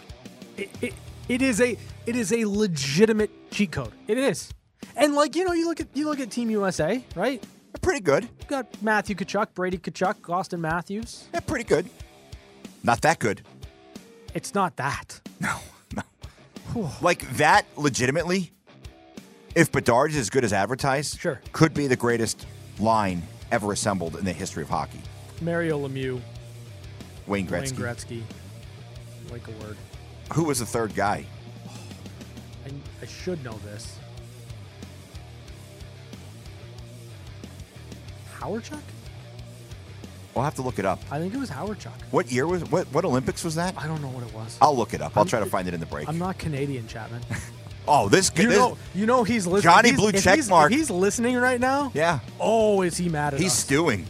[SPEAKER 3] It, it, it is a it is a legitimate cheat code. It is, and like you know, you look at you look at Team USA, right?
[SPEAKER 4] Pretty good.
[SPEAKER 3] You got Matthew Kachuk, Brady Kachuk, Austin Matthews.
[SPEAKER 4] Yeah, pretty good. Not that good. <laughs>
[SPEAKER 3] It's not that.
[SPEAKER 4] Like that legitimately, if Bedard is as good as advertised,
[SPEAKER 3] Sure.
[SPEAKER 4] could be the greatest line ever assembled in the history of hockey.
[SPEAKER 3] Mario Lemieux,
[SPEAKER 4] Wayne
[SPEAKER 3] Wayne
[SPEAKER 4] Gretzky.
[SPEAKER 3] Gretzky, like a word.
[SPEAKER 4] Who was the third guy?
[SPEAKER 3] I, I should know this. Howard Chuck?
[SPEAKER 4] We'll have to look it up.
[SPEAKER 3] I think it was Howard Chuck.
[SPEAKER 4] What year was what what Olympics was that?
[SPEAKER 3] I don't know what it was.
[SPEAKER 4] I'll look it up. I'll try to find it in the break.
[SPEAKER 3] I'm not Canadian,
[SPEAKER 4] <laughs>
[SPEAKER 3] Chapman.
[SPEAKER 4] Oh, this
[SPEAKER 3] You
[SPEAKER 4] this-
[SPEAKER 3] know, you know he's listening.
[SPEAKER 4] Johnny
[SPEAKER 3] he's,
[SPEAKER 4] Blue
[SPEAKER 3] if
[SPEAKER 4] check
[SPEAKER 3] he's,
[SPEAKER 4] mark.
[SPEAKER 3] If he's listening right now.
[SPEAKER 4] Yeah.
[SPEAKER 3] Oh, is he mad at
[SPEAKER 4] He's
[SPEAKER 3] us?
[SPEAKER 4] stewing.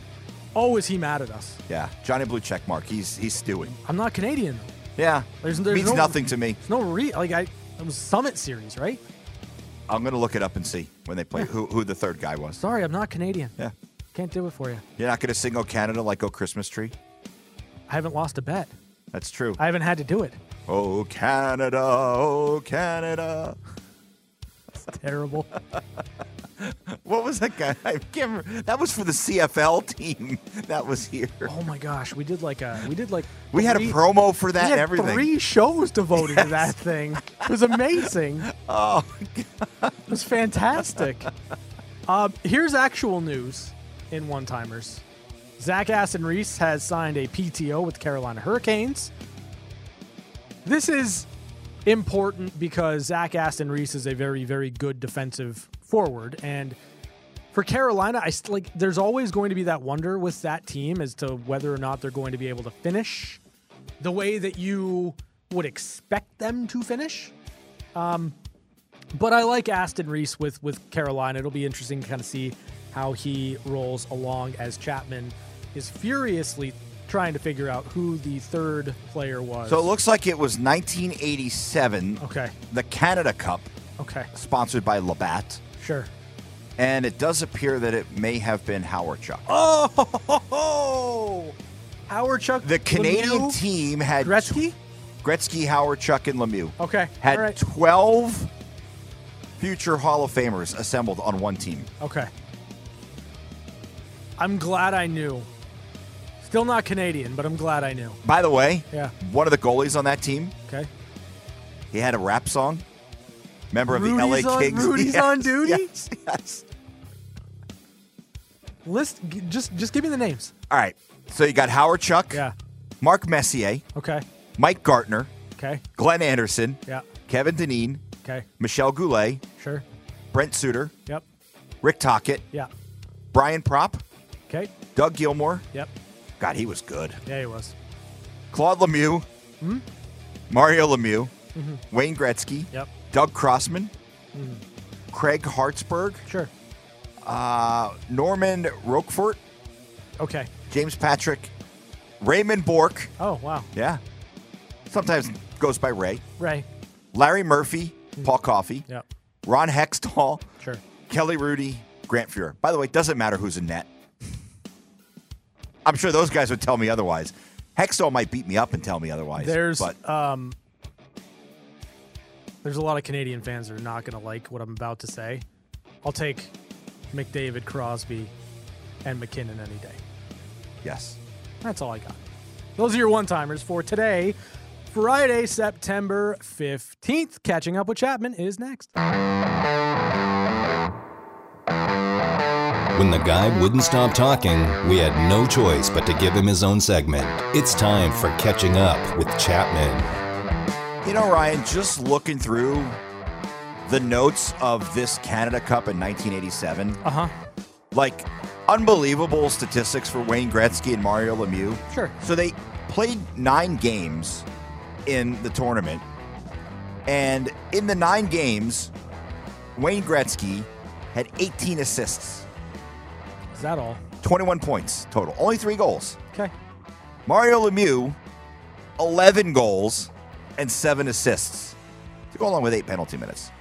[SPEAKER 3] oh, is he mad at us?
[SPEAKER 4] Yeah. Johnny Blue check mark. He's he's stewing.
[SPEAKER 3] I'm not Canadian. though.
[SPEAKER 4] Yeah.
[SPEAKER 3] There's- there's
[SPEAKER 4] Means
[SPEAKER 3] no-
[SPEAKER 4] nothing to me.
[SPEAKER 3] There's no re like I. It was Summit Series, right?
[SPEAKER 4] I'm gonna look it up and see when they play who who the third guy was.
[SPEAKER 3] Sorry, I'm not Canadian.
[SPEAKER 4] Yeah.
[SPEAKER 3] Can't do it for you.
[SPEAKER 4] You're not gonna sing "Oh Canada like "Oh Christmas Tree."
[SPEAKER 3] I haven't lost a bet.
[SPEAKER 4] That's true.
[SPEAKER 3] I haven't had to do it.
[SPEAKER 4] Oh Canada, oh Canada. <laughs>
[SPEAKER 3] Terrible. <laughs>
[SPEAKER 4] What was that guy? I can't remember. That was for the CFL team <laughs> that was here.
[SPEAKER 3] oh my gosh, we did like a we did like
[SPEAKER 4] We had a
[SPEAKER 3] three-
[SPEAKER 4] promo for
[SPEAKER 3] we
[SPEAKER 4] that
[SPEAKER 3] had
[SPEAKER 4] and everything.
[SPEAKER 3] Three shows devoted to that thing. It was amazing.
[SPEAKER 4] <laughs>
[SPEAKER 3] Oh, it was fantastic. Uh, here's actual news in one timers. Zach Aston Reese has signed a PTO with Carolina Hurricanes. This is important because Zach Aston Reese is a very, very good defensive forward. And for Carolina, I st- like there's always going to be that wonder with that team as to whether or not they're going to be able to finish the way that you would expect them to finish. Um, but I like Aston Reese with with Carolina. It'll be interesting to kind of see how he rolls along as Chapman is furiously trying to figure out who the third player was.
[SPEAKER 4] So it looks like it was 1987,
[SPEAKER 3] okay,
[SPEAKER 4] the Canada Cup,
[SPEAKER 3] okay,
[SPEAKER 4] sponsored by Labatt,
[SPEAKER 3] sure.
[SPEAKER 4] and it does appear that it may have been Howard Chuck.
[SPEAKER 3] Oh, Howard Chuck,
[SPEAKER 4] the Canadian
[SPEAKER 3] Lemieux,
[SPEAKER 4] team had
[SPEAKER 3] Gretzky.
[SPEAKER 4] Gretzky, Howard Chuck, and Lemieux
[SPEAKER 3] Okay,
[SPEAKER 4] had
[SPEAKER 3] all right.
[SPEAKER 4] 12 future Hall of Famers assembled on one team.
[SPEAKER 3] Okay. I'm glad I knew. Still not Canadian, but I'm glad I knew.
[SPEAKER 4] By the way,
[SPEAKER 3] Yeah.
[SPEAKER 4] one of the goalies on that team,
[SPEAKER 3] Okay.
[SPEAKER 4] he had a rap song. Member of
[SPEAKER 3] Rudy's
[SPEAKER 4] the LA
[SPEAKER 3] on-
[SPEAKER 4] Kings. <laughs>
[SPEAKER 3] Rudy's on duty?
[SPEAKER 4] Yes, yes.
[SPEAKER 3] List g- just just give me the names.
[SPEAKER 4] All right. So you got Howard Chuck,
[SPEAKER 3] Yeah.
[SPEAKER 4] Mark Messier,
[SPEAKER 3] Okay.
[SPEAKER 4] Mike Gartner,
[SPEAKER 3] Okay.
[SPEAKER 4] Glenn Anderson,
[SPEAKER 3] Yeah.
[SPEAKER 4] Kevin Deneen,
[SPEAKER 3] Okay.
[SPEAKER 4] Michelle Goulet,
[SPEAKER 3] Sure.
[SPEAKER 4] Brent Suter,
[SPEAKER 3] Yep.
[SPEAKER 4] Rick Tockett,
[SPEAKER 3] Yeah.
[SPEAKER 4] Brian Prop,
[SPEAKER 3] Okay.
[SPEAKER 4] Doug Gilmore.
[SPEAKER 3] Yep.
[SPEAKER 4] God, he was good.
[SPEAKER 3] Yeah, he was. Hmm?
[SPEAKER 4] Claude Lemieux, Mario Lemieux, Wayne Gretzky,
[SPEAKER 3] Mm-hmm. Yep. Mm-hmm.
[SPEAKER 4] Doug Crossman, Craig Hartsburg,
[SPEAKER 3] Sure.
[SPEAKER 4] uh, Norman Roquefort,
[SPEAKER 3] Okay.
[SPEAKER 4] James Patrick, Raymond Bork.
[SPEAKER 3] Oh wow.
[SPEAKER 4] Yeah. Sometimes goes by Ray.
[SPEAKER 3] Ray.
[SPEAKER 4] Larry Murphy,
[SPEAKER 3] Mm-hmm.
[SPEAKER 4] Paul Coffey,
[SPEAKER 3] Yep.
[SPEAKER 4] Ron Hextall,
[SPEAKER 3] Sure.
[SPEAKER 4] Kelly Rudy, Grant Fuhrer. By the way, it doesn't matter who's in net. I'm sure those guys would tell me otherwise. Hextall might beat me up and tell me otherwise.
[SPEAKER 3] There's
[SPEAKER 4] but
[SPEAKER 3] um there's a lot of Canadian fans that are not going to like what I'm about to say. I'll take McDavid, Crosby, and McKinnon any day.
[SPEAKER 4] yes.
[SPEAKER 3] That's all I got. Those are your one timers for today, Friday, September 15th. Catching up with Chapman is next.
[SPEAKER 2] When the guy wouldn't stop talking, we had no choice but to give him his own segment. It's time for Catching Up with Chapman.
[SPEAKER 4] You know, Ryan, just looking through the notes of this Canada Cup in 1987,
[SPEAKER 3] Uh huh.
[SPEAKER 4] like unbelievable statistics for Wayne Gretzky and Mario Lemieux.
[SPEAKER 3] Sure.
[SPEAKER 4] So they played nine games in the tournament. And in the nine games, Wayne Gretzky had 18 assists,
[SPEAKER 3] Is that all?
[SPEAKER 4] 21 points total, only three goals.
[SPEAKER 3] Okay.
[SPEAKER 4] Mario Lemieux, 11 goals and seven assists to go along with eight penalty minutes.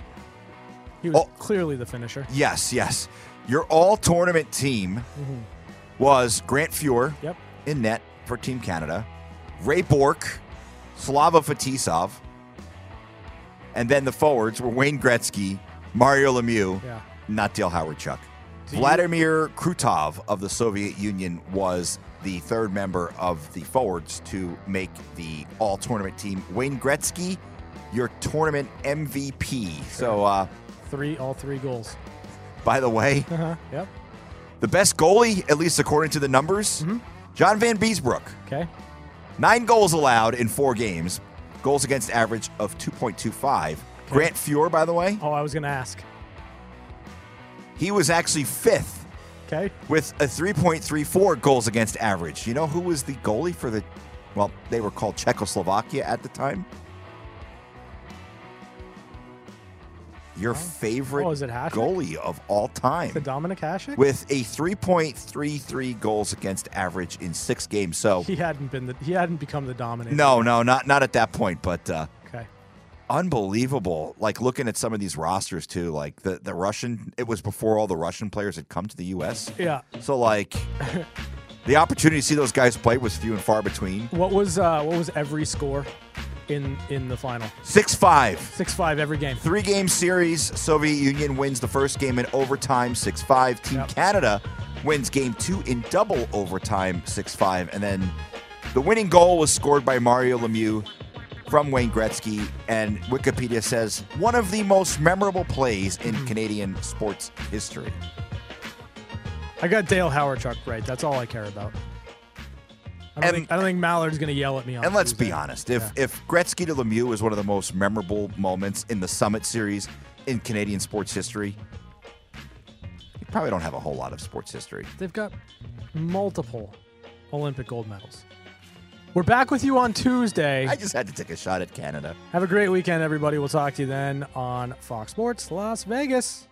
[SPEAKER 3] He was
[SPEAKER 4] Oh.
[SPEAKER 3] clearly the finisher.
[SPEAKER 4] Yes, yes. Your all tournament team was Grant Fuhr
[SPEAKER 3] Mm-hmm. Yep.
[SPEAKER 4] in net for Team Canada, Ray Bork, Slava Fetisov, and then the forwards were Wayne Gretzky, Mario Lemieux,
[SPEAKER 3] Yeah.
[SPEAKER 4] not Dale Howard Chuck.
[SPEAKER 3] Do you-
[SPEAKER 4] Vladimir Krutov of the Soviet Union was the third member of the forwards to make the all tournament team. Wayne Gretzky, your tournament MVP. So, uh,
[SPEAKER 3] Three, all three goals.
[SPEAKER 4] by the way,
[SPEAKER 3] Uh huh. Yep.
[SPEAKER 4] the best goalie, at least according to the numbers, John Van Beesbrook.
[SPEAKER 3] Okay.
[SPEAKER 4] Nine goals allowed in four games, goals against average of 2.25. Grant Fuhr, by the way,
[SPEAKER 3] Oh, I was going to ask.
[SPEAKER 4] he was actually fifth
[SPEAKER 3] Okay.
[SPEAKER 4] with a 3.34 goals against average. You know who was the goalie for the, well, they were called Czechoslovakia at the time? Your favorite
[SPEAKER 3] Oh, is it Hasek?
[SPEAKER 4] goalie of all
[SPEAKER 3] The <laughs>
[SPEAKER 4] time
[SPEAKER 3] Dominic Hasek?
[SPEAKER 4] with a 3.33 goals against average in six games.
[SPEAKER 3] <laughs>
[SPEAKER 4] So,
[SPEAKER 3] He hadn't been the he hadn't become the dominant.
[SPEAKER 4] no, no, not not at that point, but uh,
[SPEAKER 3] Okay.
[SPEAKER 4] unbelievable. Like looking at some of these rosters too, like the, the Russian, it was before all the Russian players had come to the U.S.
[SPEAKER 3] Yeah.
[SPEAKER 4] So like the opportunity to see those guys play was few and far between.
[SPEAKER 3] What was uh what was every score in in the final?
[SPEAKER 4] 6 5.
[SPEAKER 3] Six five every game.
[SPEAKER 4] Three game series. Soviet Union wins the first game in overtime 6 5. Team
[SPEAKER 3] Yep.
[SPEAKER 4] Canada wins game two in double overtime 6 5. And then the winning goal was scored by Mario Lemieux from Wayne Gretzky. And Wikipedia says one of the most memorable plays in Canadian sports history.
[SPEAKER 3] I got Dale Howard Chuck right. That's all I care about. I don't,
[SPEAKER 4] And-
[SPEAKER 3] think, I don't think Mallard's gonna yell at me. On
[SPEAKER 4] And let's be
[SPEAKER 3] Tuesday.
[SPEAKER 4] honest, if if Gretzky to Lemieux is one of the most memorable moments in the Summit Series in Canadian sports history, you probably don't have a whole lot of sports history.
[SPEAKER 3] They've got multiple Olympic gold medals. We're back with you on Tuesday.
[SPEAKER 4] I just had to take a shot at Canada.
[SPEAKER 3] Have a great weekend, everybody. We'll talk to you then on Fox Sports Las Vegas.